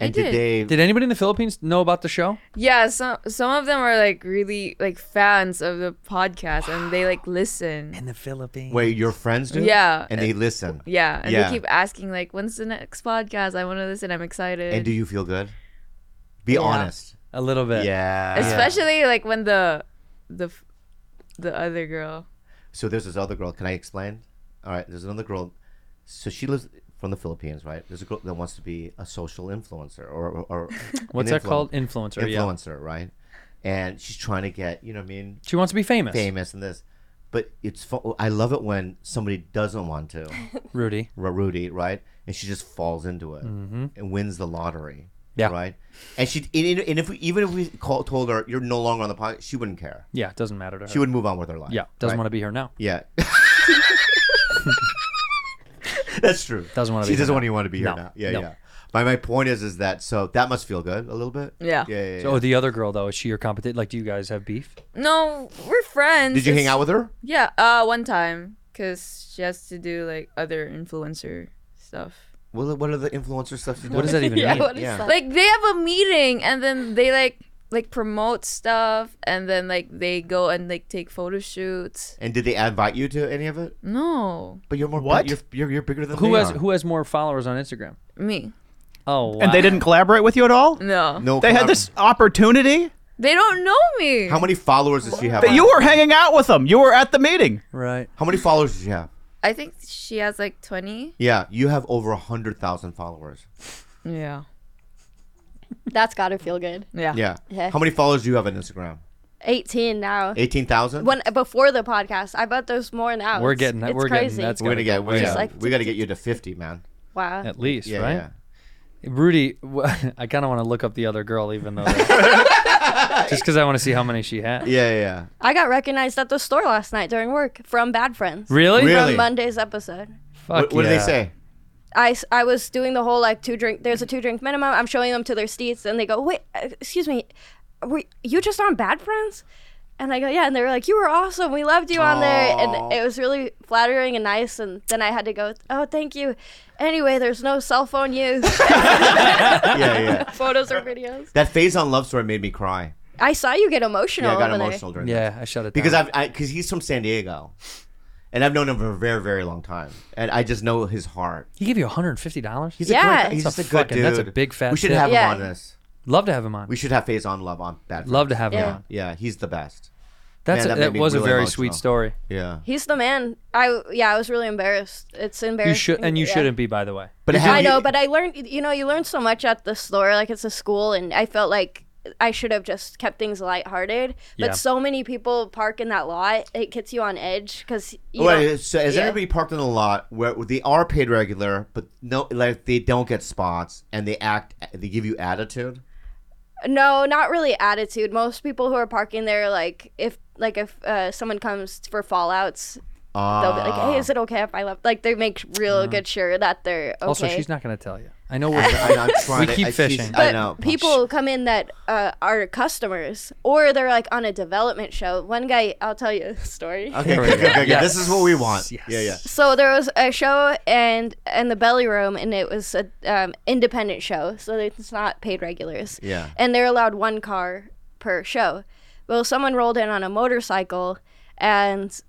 I
And did they?
Did anybody in the Philippines know about the show?
Yeah, some some of them are like really like fans of the podcast and they like listen.
the Philippines.
Wait, your friends do?
Yeah.
And they listen.
Yeah, and
Yeah.
they keep asking like, "When's the next podcast? I want to listen. I'm excited."
And do you feel good? Be honest.
A little bit.
Yeah.
Especially like when the the f- the other girl.
So there's this other girl. Can I explain? All right. There's another girl. So she lives from the Philippines, right? There's a girl that wants to be a social influencer or, or, or
What's
an
that called?
influen-
Influencer. Yeah.
Influencer, right? And she's trying to get, you know what I mean,
She wants to be famous.
famous and this. But it's fu- I love it when somebody doesn't want to,
Rudy.
Ru- Rudy, right? And she just falls into it and wins the lottery,
Mm-hmm. Yeah.
right? And she and, and if we, even if we call, told her you're no longer on the podcast, she wouldn't care.
Yeah. It doesn't matter to her.
She would move on with her life.
yeah. Doesn't
right?
want to be here now.
Yeah. That's true.
Doesn't wanna
She
be here
doesn't
now.
want to want to be here
No.
now. Yeah,
No.
yeah. My my point is is that so that must feel good a little bit.
Yeah.
Yeah. yeah, yeah.
So oh, the other girl though, is she your competition? Like, do you guys have beef?
No, we're friends.
Did you hang
It's-
out with her?
Yeah, uh, one time, cause she has to do like other influencer stuff.
What what are the influencer stuff you do?
What does that even mean?
Yeah.
Like they have a meeting and then they like like promote stuff and then like they go and like take photo shoots.
And did they invite you to any of it?
No,
But you're more
What?
You're, you're, you're bigger than
Who
they
has
are.
who has more followers on Instagram?
me,
Oh, wow.
And they didn't collaborate with you at all.
no,
No.
They had
collaboration.
this opportunity.
they don't know me.
How many followers does she have?
That
on-
you were hanging out with them. You were at the meeting.
right.
How many followers does she have?
I think she has like twenty.
Yeah, you have over hundred thousand followers.
Yeah,
That's gotta feel good.
yeah,
Yeah.
Yeah.
How many followers do you have on Instagram?
18 now.
Eighteen thousand.
When before the podcast, I bet there's more now.
We're
It's-
getting that.
It's
We're
crazy.
getting that's
We're
gotta
gonna get.
go
We're
way
gonna,
Just
up.
like-
we got to get you to fifty, man.
wow.
at least,
Yeah,
right?
yeah.
Rudy, w- I kind of want to look up the other girl, even though just because I want to see how many she has.
Yeah, yeah, yeah.
I got recognized at the store last night during work from Bad Friends.
Really?
Really?
From Monday's episode.
Fuck
what what do
yeah.
they say?
I, s- I was doing the whole like two drink there's a two drink minimum i'm showing them to their seats and they go wait uh, excuse me were you just on bad friends and i go yeah and they were like you were awesome we loved you on there and it was really flattering and nice and then i had to go oh thank you anyway there's no cell phone use
Yeah, yeah.
photos or videos
That phase on Love Story made me cry.
i saw you get emotional
Yeah, I got
over there.
emotional during that.
Yeah, I shut it
Because
down.
I've, I, because he's from San Diego, and I've known him for a very, very long time, and I just know his heart.
He gave you $150?
He's
Yeah.
a great, he's
That's
just
a
a, good
fucking-
dude.
that's a big fat
We should
tip.
have
Yeah.
him on this.
Love to have him on.
We should have Phase on Love on that.
Love to have him
Yeah.
on.
Yeah, he's the best.
That's
Man,
a,
that
that,
made me
was a
really
very
emotional.
sweet story.
Yeah,
He's the man. I yeah, I was really embarrassed. It's embarrassing.
You should and you
yeah.
shouldn't be, by the way.
but have
I
you-
know, but I learned. You know, you learn so much at the store. Like it's a school, and I felt like I should have just kept things lighthearted.
Yeah.
But so many people park in that lot. It gets you on edge because you.
Wait,
don't-
so is
yeah.
everybody parked in a lot where they are paid regular, but no, like they don't get spots and they act, they give you attitude?
No, not really attitude. Most people who are parking there, like if like if uh, someone comes for fallouts, they'll be
Ah.
like, "Hey, is it okay if I left?" Like they make real
Mm-hmm.
good sure that they're okay.
Also, she's not going to tell you. I know we're.
I know, I'm trying
We
to-
keep
I- she's-
fishing.
I
But
know.
people come in that uh, are customers, or they're like on a development show. One guy, I'll tell you a story.
Okay,
There we
good,
go.
good, good, good.
Yes.
This is what we want.
Yes.
Yeah, yeah.
So there was a show and in the belly room, and it was a um, independent show, so it's not paid regulars.
Yeah.
And they're allowed one car per show. Well, someone rolled in on a motorcycle, and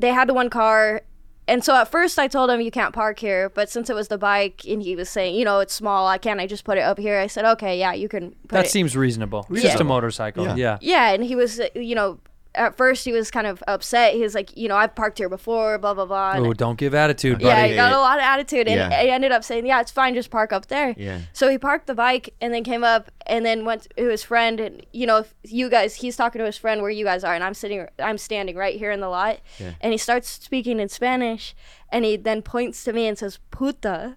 they had the one car. And so at first I told him you can't park here, but since it was the bike and he was saying, you know, it's small, I can't I just put it up here? I said, okay, yeah, you can put
that
it
seems reasonable. It's Just a motorcycle. Yeah.
yeah, and he was, uh, you know, at first he was kind of upset. He was like, you know, I've parked here before, blah blah blah. And
Oh, don't give attitude, buddy.
yeah, he got a lot of attitude, and
Yeah.
I ended up saying, yeah, it's fine, just park up there.
Yeah.
So he parked the bike, and then came up, and then went to his friend, and you know, if you guys, he's talking to his friend where you guys are, and I'm sitting, I'm standing right here in the lot, and he starts speaking in Spanish, and he then points to me and says, puta,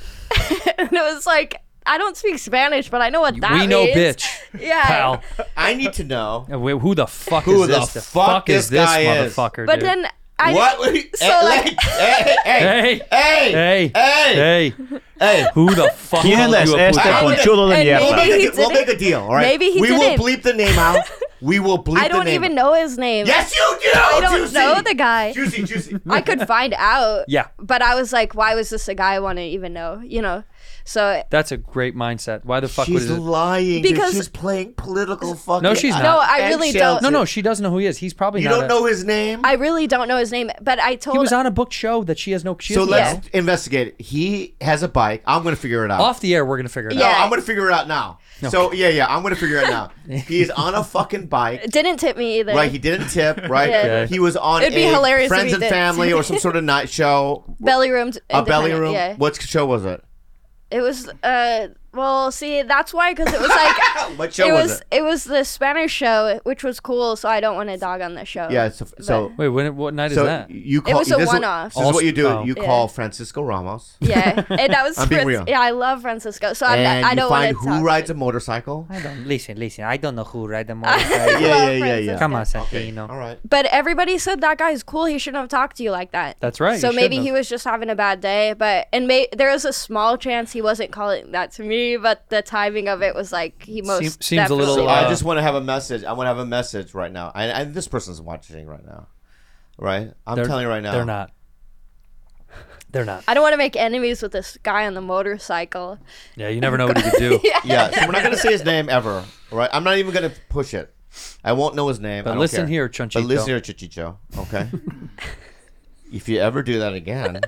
and it was like. I don't speak Spanish, but I know what that
we know,
means.
bitch.
Yeah.
Pal,
I need to know
Uh, wait, who the fuck
Who
is
the
this?
fuck
is
this
this
guy is?
motherfucker?
But
dude?
then I
what.
so
hey,
like
hey, eh, hey,
hey,
hey,
hey, hey,
hey.
who the fuck? called
Tienes
you a
este
puta?
con-
conchudo de
And
We'll
maybe
mierda.
make,
he
a, we'll
didn't.
make a deal, all right?
Maybe he
we will
didn't.
bleep the name out. We will bleep
I
the
don't
name
even
out.
know his name.
Yes, you do.
I don't
Juicy.
know the guy.
Juicy, juicy.
I could find out.
Yeah.
But I was like, why was this a guy I want to even know? You know. So
That's a great mindset. Why the fuck
She's
would it?
lying. dude.
Because-
she's playing political fucking.
she's not.
no, I really
eggshells.
don't.
No, no, she doesn't know who he is. He's probably
You
not.
don't
a-
know his name.
I really don't know his name. But I
He
told.
was on a booked show that she has no. She
so
doesn't
let's
know.
investigate. it. He has a bike. I'm gonna figure it out.
off the air. We're gonna figure it
No,
Yeah.
I'm gonna figure it out now. So yeah, yeah, I'm gonna figure it out now. He's on a fucking bike.
didn't tip me either.
Right, he didn't tip. Right,
Yeah.
Okay.
he was on
It'd be
a
hilarious if
friends
he
and
did.
family or some sort of night show.
belly room.
A belly room.
Yeah.
What show was it?
It was. Uh. Well, see, that's why, because it was like.
What show
it
was,
was.
it?
was the Spanish show, which was cool. So I don't want to dog on the show.
Yeah. So so,
out. Wait, when, what night
so
is that?
you call.
was a
this is-
one-off.
This is what you do.
Oh.
You
Yeah.
call Francisco Ramos.
Yeah, and that was
I'm being
Fran-
real.
yeah. I love Francisco, so I'm,
and
I
you
don't
find
want to
who rides a motorcycle.
I don't listen, listen. I don't know who ride the motorcycle.
Yeah, yeah, yeah, yeah.
Come on, Santino.
All right.
But everybody said that guy's cool. He shouldn't have talked to you like that.
That's right,
So
he
maybe
shouldn't
he
have.
was just having a bad day. But and may, there was a small chance he wasn't calling that to me. But the timing of it was like he most
Seem- seems a little,
definitely-
So
uh,
I just want to have a message. I want to have a message right now. And, and this person's watching right now, right? I'm
They're-
telling you right now.
They're not. They're not.
I don't want to make enemies with this guy on the motorcycle.
Yeah, you never know what he could do.
Yeah. So we're not gonna say his name ever, right? I'm not even gonna push it. I won't know his name. I
But
don't
listen
care.
here,
But
Chunchito.
listen here, Chichicho. Okay. if you ever do that again,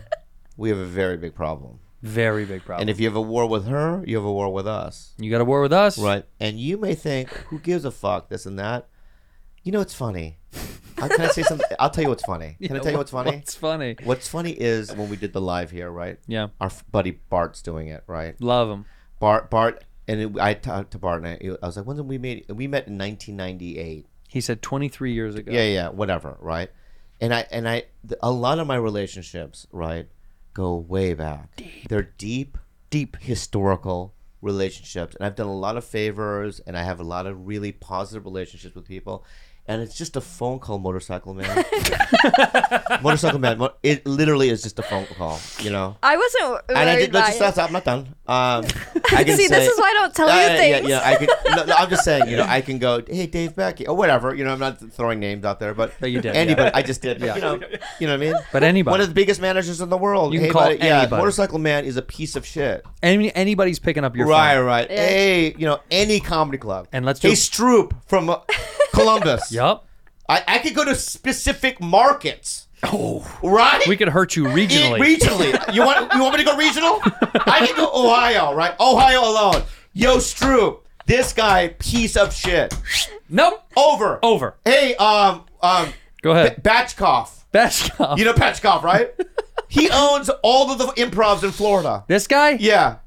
we have a very big problem.
Very big problem.
And if you have a war with her, you have a war with us,
you got a war with us,
right? And you may think, who gives a fuck? This and that. You know, it's funny. I can I say something. I'll tell you what's funny. Can I tell you what's funny?
It's funny.
What's funny is when we did the live here, right?
Yeah.
Our f- buddy Bart's doing it, right?
Love him.
Bart, Bart, and it, I talked to Bart, and I, I was like, when did we meet? We met in 1998.
He said 23 years ago.
Yeah, yeah, whatever, right? And I, and I, th- a lot of my relationships, right, go way back. They're deep, deep historical relationships, and I've done a lot of favors, and I have a lot of really positive relationships with people. And it's just a phone call, motorcycle man. motorcycle man. mo- It literally is just a phone call, you know.
I wasn't.
And I
worried
did, no,
by
just,
it.
that's, I'm not done. Um, I can
See,
say-
this is why I don't tell
Yeah,
you
yeah,
things.
Yeah, yeah, I could, no, no, I'm just saying, you know, I can go, hey, Dave Becky, or whatever. You know, I'm not throwing names out there, but
No, you did,
anybody,
yeah.
I just did. You know, you know what I mean?
But anybody.
One of the biggest managers in the world.
You can
Hey,
call
buddy, yeah,
anybody.
Motorcycle Man is a piece of shit.
Any, anybody's picking up your
Right,
phone.
right.
Yeah.
Hey, you know, any comedy club.
And let's
hey,
do-
Stroop from uh, Columbus.
Yup.
I, I could go to specific markets.
Oh,
right.
We could hurt you regionally.
regionally, you want you want me to go regional? I can go Ohio, right? Ohio alone. Yo, Stroop, this guy piece of shit.
Nope.
Over.
Over. Uh.
Hey, um, um,
Go ahead.
Batchkoff.
Bashkov.
You know Batchkoff, right? he owns all of the improvs in Florida.
this guy?
Yeah.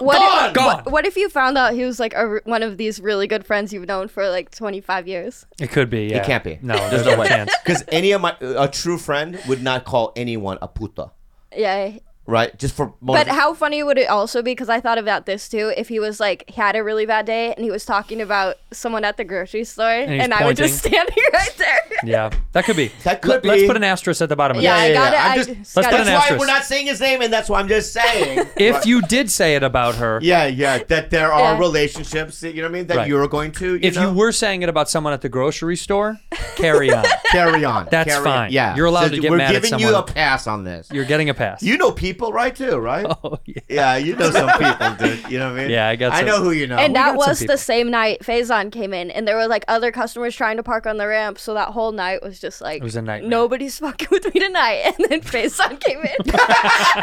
What if,
Gone.
Gone.
what if you found out he was like a, one of these really good friends you've known for like 25 years?
It could be. Yeah.
can't be.
No, there's no chance.
Because any of my a true friend would not call anyone a puta,
Yeah.
right? Just for
But how funny would it also be? Because I thought about this too. If he was like had a really bad day and he was talking about someone at the grocery store, and,
he's
I would just stand here right there.
Yeah, that could be.
That
Let-
could
Let's
be.
put an asterisk at the bottom of
Yeah,
that.
I got
I'm
it.
just-
I
Let's
just
put
got
an
That's
it.
asterisk.
why we're not saying his name, and that's why I'm just saying.
If you did say it about her,
yeah, yeah, that there are
Yeah.
relationships, you know what I mean, that
Right.
you're going to. You
if
know?
you were saying it about someone at the grocery store, carry on.
carry on,
That's
Carry-
fine.
Yeah,
You're allowed
So
to get
We're
mad at
giving you a
someone.
pass on this.
You're getting a pass.
you know people, right? Too, right?
Oh, yeah.
Yeah, you know some people, dude. You know what I mean?
Yeah, I got
I
some-
know who you know.
And that
Uh, got some
was
people.
the same night Faison came in, and there were like other customers trying to park on the ramp. So that whole night was just like
was a nightmare.
nobody's fucking with me tonight. And then Faison came in.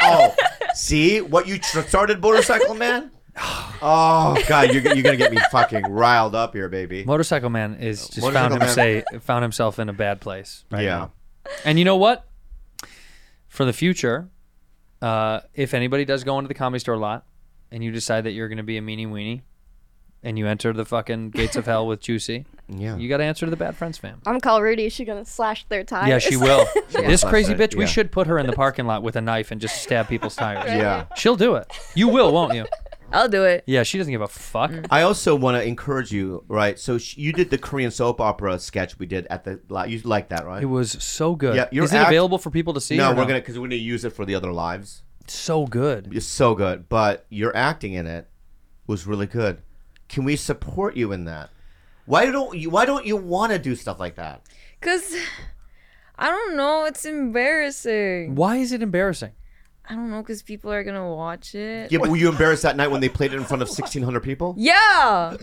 oh, see what you tr- started, motorcycle man. Oh God, you're, you're gonna get me fucking riled up here, baby.
Motorcycle Man is just found,
Motorcycle
him
Man.
say, found himself in a bad place. Right
yeah.
now. And you know what? For the future, uh, if anybody does go into the comedy store lot and you decide that you're going to be a meanie weenie and you enter the fucking gates of hell with Juicy,
Yeah.
you got to answer to the Bad Friends fam.
I'm gonna call Rudy. She's gonna slash their tires.
Yeah, she will. this
slash
crazy
that,
bitch, we
yeah.
should put her in the parking lot with a knife and just stab people's tires.
Yeah.
She'll do it. You will, won't you?
I'll do it.
Yeah, she doesn't give a fuck.
I also want to encourage you, right? So sh- you did the Korean soap opera sketch we did at the lot. You like that, right?
It was so good.
Yeah, your
Is it
act-
available for people to see?
no,
or
we're gonna because we're gonna use it for the other lives.
So good.
It's so good, but your acting in it was really good. Can we support you in that? Why don't you? Why don't you want to do stuff like that?
Cause I don't know. It's embarrassing.
Why is it embarrassing?
I don't know. Cause people are gonna watch it.
Yeah, but were you embarrassed that night when they played it in front of sixteen hundred people?
Yeah.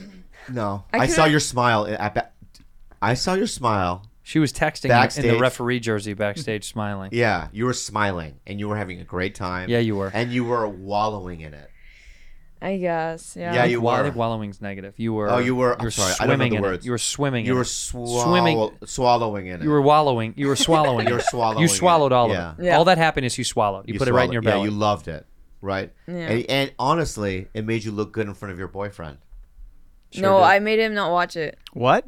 No,
I
I, saw
couldn't-
your smile. At ba- I saw your smile.
She was texting in- in the
Backstage.
referee jersey backstage, smiling.
Yeah, you were smiling and you were having a great time.
Yeah, you were.
and you were wallowing in it.
I guess. Yeah.
Yeah, you
Well, I
were.
think wallowing's negative. You were.
Oh, you were-
You were
I'm sorry, I
swimming
don't know the
in
words.
it. You were swimming.
You
in
were
it.
swallow-
swimming.
swallowing in it.
You were wallowing. You were swallowing.
You were
it.
swallowing
You
it.
swallowed all
Yeah.
of it.
Yeah.
All that happiness you swallowed. You, put it right in your
swallowed-
belly.
Yeah, you loved it, right? And, and honestly, it made you look good in front of your boyfriend.
no, I made him not watch it.
What?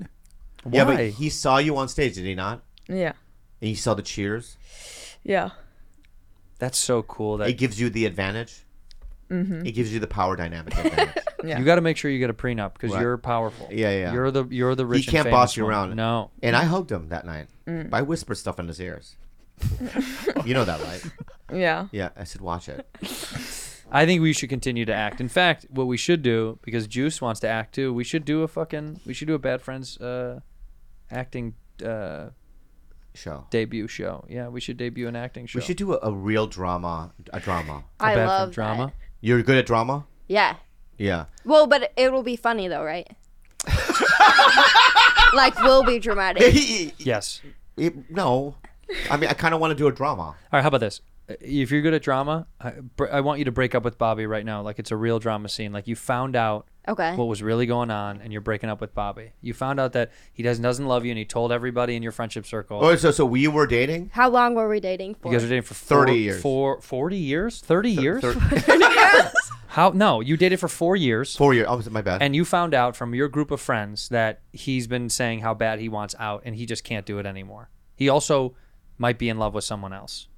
Why?
Yeah, but he saw you on stage, did he not?
Yeah.
And he saw the cheers.
Yeah.
That's so cool. That
It gives you the advantage. It gives you the power dynamic advantage.
Yeah.
you got to make sure you get a prenup because
Right.
you're powerful.
Yeah, yeah.
You're the you're the
he
rich. and
can't boss
famous
you
one.
around.
No.
And I hugged him that night. I whispered stuff in his ears. you know that, right?
Yeah.
Yeah. I said, watch it.
I think we should continue to act. In fact, what we should do because Juice wants to act too, we should do a fucking we should do a Bad Friends uh, acting uh,
Show.
debut show. Yeah, we should debut an acting show.
We should do a, a real drama. A drama.
A
I
Bad
love
Friends drama.
That.
You're good at drama.
Yeah.
Yeah.
Well, but it will be funny though, right? like, will be dramatic.
Yes.
It- no. I mean, I kind of want to do a drama.
All right. How about this? If you're good at drama, I, br- I want you to break up with Bobby right now. Like it's a real drama scene. Like you found out
Okay.
what was really going on, and you're breaking up with Bobby. You found out that he doesn't doesn't love you, and he told everybody in your friendship circle.
Oh, so so we were dating.
How long were we dating for?
You guys were dating for four-
30 years.
Four, 40 years? 30 years? How? No, you dated for four years.
Four years. Oh, my bad.
And you found out from your group of friends that he's been saying how bad he wants out and he just can't do it anymore. He also might be in love with someone else.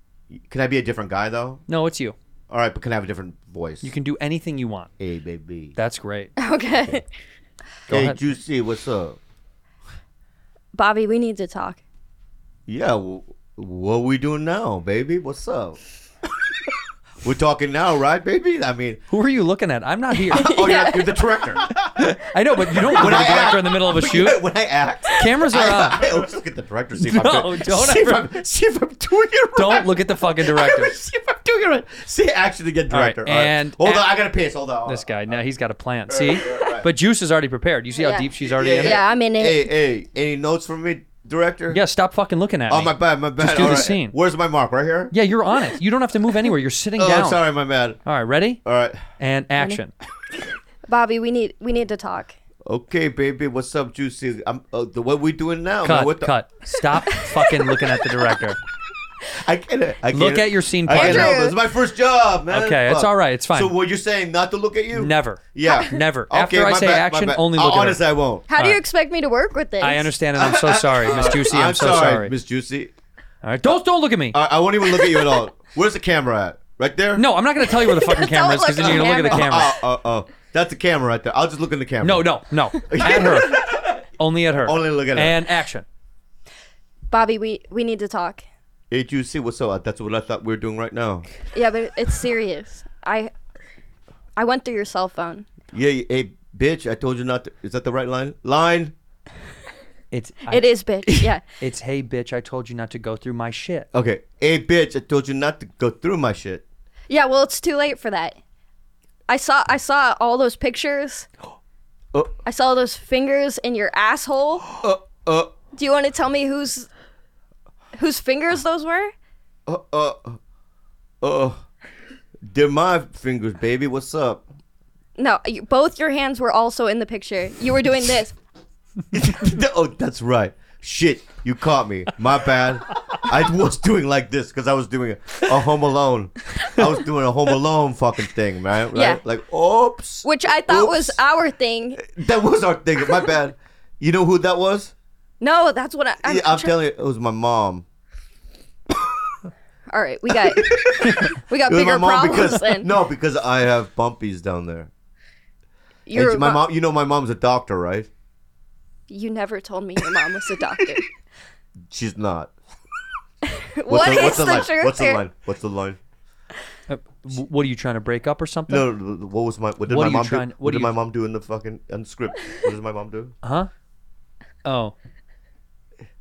can I be a different guy though?
No, it's you.
All right, but can I have a different voice?
You can do anything you want.
Hey, baby.
That's great.
okay.
hey,
ahead.
juicy. What's up?
Bobby, we need to talk.
Yeah. W- what we doing now, baby? What's up? we're talking now, right, baby? I mean,
Who are you looking at? I'm not here.
oh, you're, you're the director.
I know, but you don't look
When I
at the
act-
director in the middle of a shoot.
when I act,
Cameras are up.
I, I always look at the director. See if I'm
No,
good.
don't
see, if
ever-
I'm, see if I'm doing it right.
Don't look at the fucking
I
director.
always see if I'm doing it right. See, actually, get
All right,
director. All right.
and-
hold
and-
on, I gotta piss. Hold on. hold
This
on.
guy, now he's got a plan. See? But Juice is already prepared. You see how
Yeah.
deep she's already in it?
Yeah, I'm in it.
Hey, hey, any notes for me, director?
Yeah, stop fucking looking at
Oh
me.
my bad, my bad.
Just do
All
the
right.
scene.
Where's my mark? Right here.
Yeah, you're on it. You don't have to move anywhere. You're sitting
Oh,
down.
sorry, my bad.
All right, ready?
All right.
And action.
Bobby, we need we need to talk.
Okay, baby. What's up, Juicy? I'm, uh, the, what we doing now? man?
Cut.
What the-
Cut. Stop fucking looking at the director.
I can't. I can't
Look at your scene
I can't
partner.
help it. It's my first job, man.
Okay, it's
Fuck.
all right. It's fine.
So what you're saying? Not to look at you?
Never.
Yeah.
Never.
Okay,
After I
my
say
bad, my
action,
bad.
only look
I'll-
at her.
Honestly, I won't.
How do
All
you
right.
expect me to work with this?
I understand and I'm so sorry, Miss Juicy. I'm,
I'm,
so sorry.
Miss Uh, Juicy.
All right, don't don't look at me.
I, I won't even look at you at all. Where's the camera at? Right there?
no, I'm not gonna tell you where the fucking camera is because
look
then you're
at
gonna look at the
the
camera.
Oh, oh, oh. That's the camera right there. I'll just look in the camera.
No, no, no. At her. Only at her.
Only look at her.
And action.
Bobby, we we need to talk.
Hey, Juicy, what's up? That's what I thought we were doing right now.
Yeah, but it's serious. I I went through your cell phone.
Yeah, yeah, hey, bitch, I told you not to. Is that the right line? Line.
It's
It is, bitch. Yeah.
It's hey bitch, I told you not to go through my shit.
Okay. Hey, bitch, I told you not to go through my shit.
Yeah, well, it's too late for that. I saw I saw all those pictures.
Oh.
I saw those fingers in your asshole.
Uh,
Do you want to tell me whose whose fingers those were?
uh, uh. They're my fingers, baby. What's up?
No, you, both your hands were also in the picture. You were doing this.
oh, that's right. Shit, you caught me. My bad. I was doing like this because I was doing a, a Home Alone. I was doing a Home Alone fucking thing, man. Right?
Yeah.
Like, oops.
which I thought was uh,
Oops.
our thing.
That was our thing. My bad. You know who that was?
No, that's what I. I'm,
Yeah, I'm
try-
telling you, it was my mom.
all right, we got we
It was my
got bigger
mom
problems
because
than
no, because I have bumpies down there. And
your
my
mom.
mom, you know, my mom's a doctor, right?
You never told me your mom was a doctor.
She's not.
what is the,
line?
truth
What's the
here?
line? What's the line?
Uh, W- What are you trying to break up or something?
No, no, no, what was my? What did
What are
my
you
mom
trying-
do?
what
What,
are
did
you-
my mom do in the fucking in the script? What does my mom do?
Huh? Oh.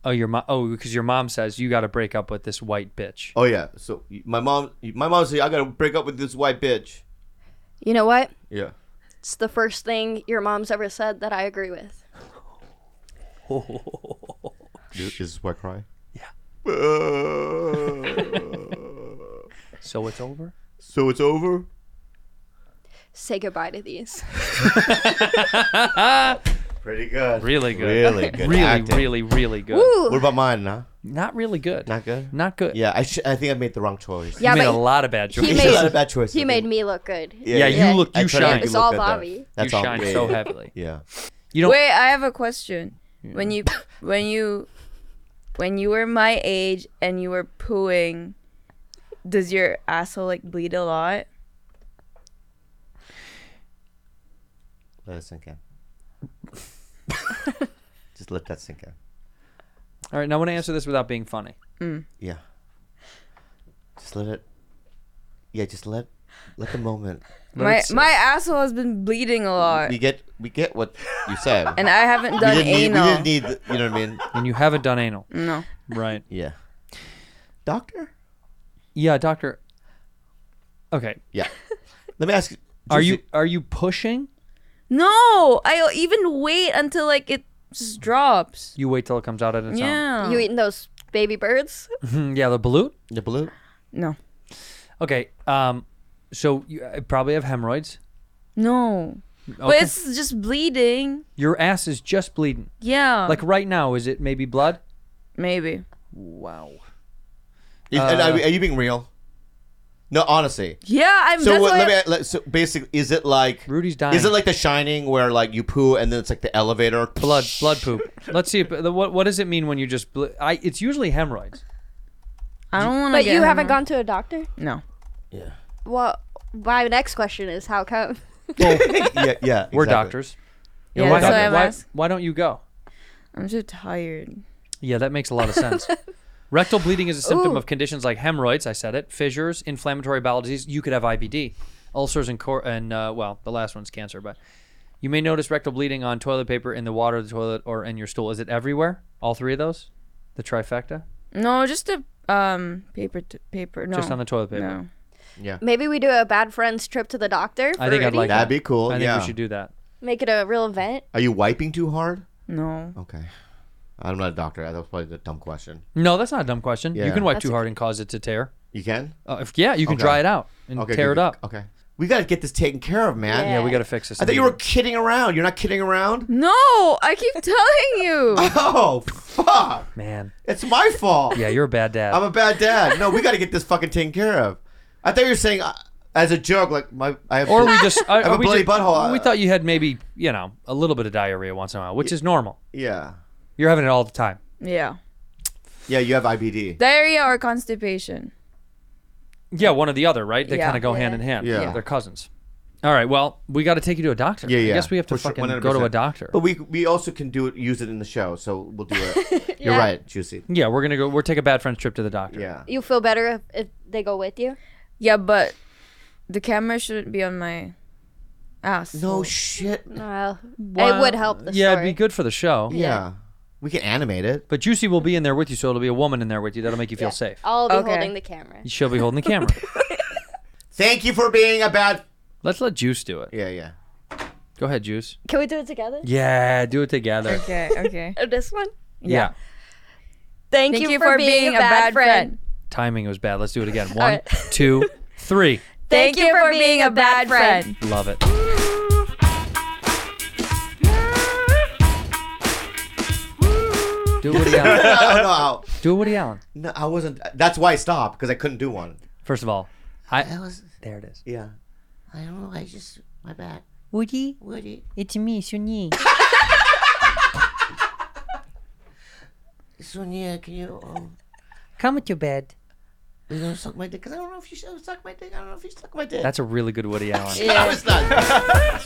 Oh, your mom. Oh, because your mom says you got to break up with this white bitch.
Oh yeah. So my mom, my mom said, "I gotta break up with this white bitch."
You know what?
Yeah.
It's the first thing your mom's ever said that I agree with.
Is this why I cry?
So it's over.
So it's over.
Say goodbye to these.
Pretty good.
Really good.
Really good.
Really,
acting.
really, really good.
Ooh.
What about mine? Huh?
Not really good.
Not good.
Not good.
Yeah, I sh- I think I made the wrong choice.
Yeah,
you made a
but
lot of bad
he
choices.
It's
made-
not a bad choice.
he
I
made
think.
me look good.
Yeah,
yeah,
yeah.
you look.
I
You
tried to
shine.
make you
It's
look
all
good there.
Bobby.
You
That's all-
shine
yeah,
so
yeah.
heavily.
Yeah.
You don't.
Wait, I have a question. When you when you when you were my age and you were pooing, does your asshole like bleed a lot?
Let it sink in. Just let that sink in.
All right, now I want to answer this without being funny.
Yeah. Just let it. Yeah, just let let the moment.
My my asshole has been bleeding a lot,
We get we get what you said.
and I haven't done
we didn't need, we
anal.
didn't need the- you know what I mean?
And you haven't done anal.
no.
Right.
Yeah. Doctor?
Yeah, doctor. Okay.
Yeah. Let me ask you.
Are
Juicy-
you are you pushing?
No, I even wait until like it just drops.
You wait till it comes out at its
Yeah.
You eating those baby birds?
own. Yeah, the balut.
the blue?
Uh,
no.
Okay. Um, so you uh, probably have hemorrhoids.
No. But
Okay.
it's just bleeding.
Your ass is just bleeding.
Yeah.
Like right now, is it maybe blood?
maybe.
Wow.
Is- and are, are you being real? No, honestly.
Yeah, I'm.
So
that's
what,
why
let
I-
me. Let, so basically, is it like
Rudy's dying.
Is it like The Shining, where like you poo and then it's like the elevator
Blood, blood poop. Let's see. If, the- what what does it mean when you just? Ble- I. It's usually hemorrhoids.
Oh I don't want to.
But you haven't gone to a doctor?
No.
Well, my next question is how come?
yeah, yeah.
We're
exactly.
doctors. You
Yeah,
why,
that's why
haven't-
I'm
why,
asking.
why don't you go?
I'm so tired.
Yeah, that makes a lot of sense. Rectal bleeding is a symptom of conditions like hemorrhoids. I said it. Fissures, inflammatory bowel disease. You could have IBD, ulcers, and cor- and uh, well, the last one's cancer. But you may notice rectal bleeding on toilet paper, in the water of the toilet, or in your stool. Is it everywhere? All three of those? The trifecta?
No, just a um paper t- paper. No.
Just on the toilet paper.
No.
Maybe we do a bad friends trip to the doctor.
I think I'd
Rudy?
like
That'd
that.
be cool.
I think
yeah.
we should do that.
make it a real event.
Are you wiping too hard?
No.
Okay. I'm not a doctor. That was probably a dumb question.
No, that's not a dumb question. You
Yeah.
can wipe
That's
too
a-
hard and cause it to tear.
You can?
Uh, if, yeah, you can
Okay.
dry it out and
Okay,
tear
good,
it up.
good. Okay. We got to get this taken care of, man.
Yeah, we got to fix this.
I thought you were kidding around. You're not kidding around?
No, I keep telling you.
Oh, fuck.
Man.
It's my fault.
Yeah, you're a bad dad.
I'm a bad dad. No, we got to get this fucking taken care of. I thought you were saying uh, as a joke, like my I have
or we just uh,
I have
are
a
we
bloody
just-
butthole.
We thought you had maybe you know a little bit of diarrhea once in a while, which is normal.
Yeah.
You're having it all the time.
Yeah.
Yeah, you have IBD.
Diarrhea or constipation.
Yeah, one or the other, right? They
Yeah.
kind of go
Yeah.
hand in hand.
Yeah.
they're cousins. All right. Well, we got to take you to a doctor.
Yeah, yeah.
I guess we have to
For sure,
fucking go to a
100%.
doctor.
But we we also can do it, use it in the show, so we'll do it. You're right, juicy.
yeah, Mm. we're gonna go. We'll take a bad friend's trip to the doctor.
Yeah.
You feel better if, if they go with you?
Yeah, but the camera shouldn't be on my ass.
No shit.
Well,
Wow.
it would help the
yeah, it'd
story.
be good for the show.
Yeah. We can animate it.
But Juicy will be in there with you, so it'll be a woman in there with you. That'll make you feel safe.
I'll be
Okay.
holding the camera.
She'll be holding the camera.
Thank you for being a bad.
Let's let Juice do it.
Yeah, yeah.
Go ahead, Juice.
Can we do it together?
Yeah, do it together.
Okay, okay.
Uh, This one?
yeah.
Thank, you, for, being, a bad, friend.
Timing was bad. Let's do it again. One,
right.
two, three.
Thank you for being a bad friend.
Love it. Do a Woody Allen.
no, no, I-
Do a Woody Allen.
no, I wasn't. That's why I stopped because I couldn't do one.
First of all, I. there it is.
Yeah.
I don't know. I just my bad.
Woody,
Woody,
it's me, Sunny.
Sonia, can you um,
Come to bed.
you know suck my dick? Cause I don't know if you should suck my dick. I don't know if you suck my dick.
That's a really good Woody Allen.
No, it's not.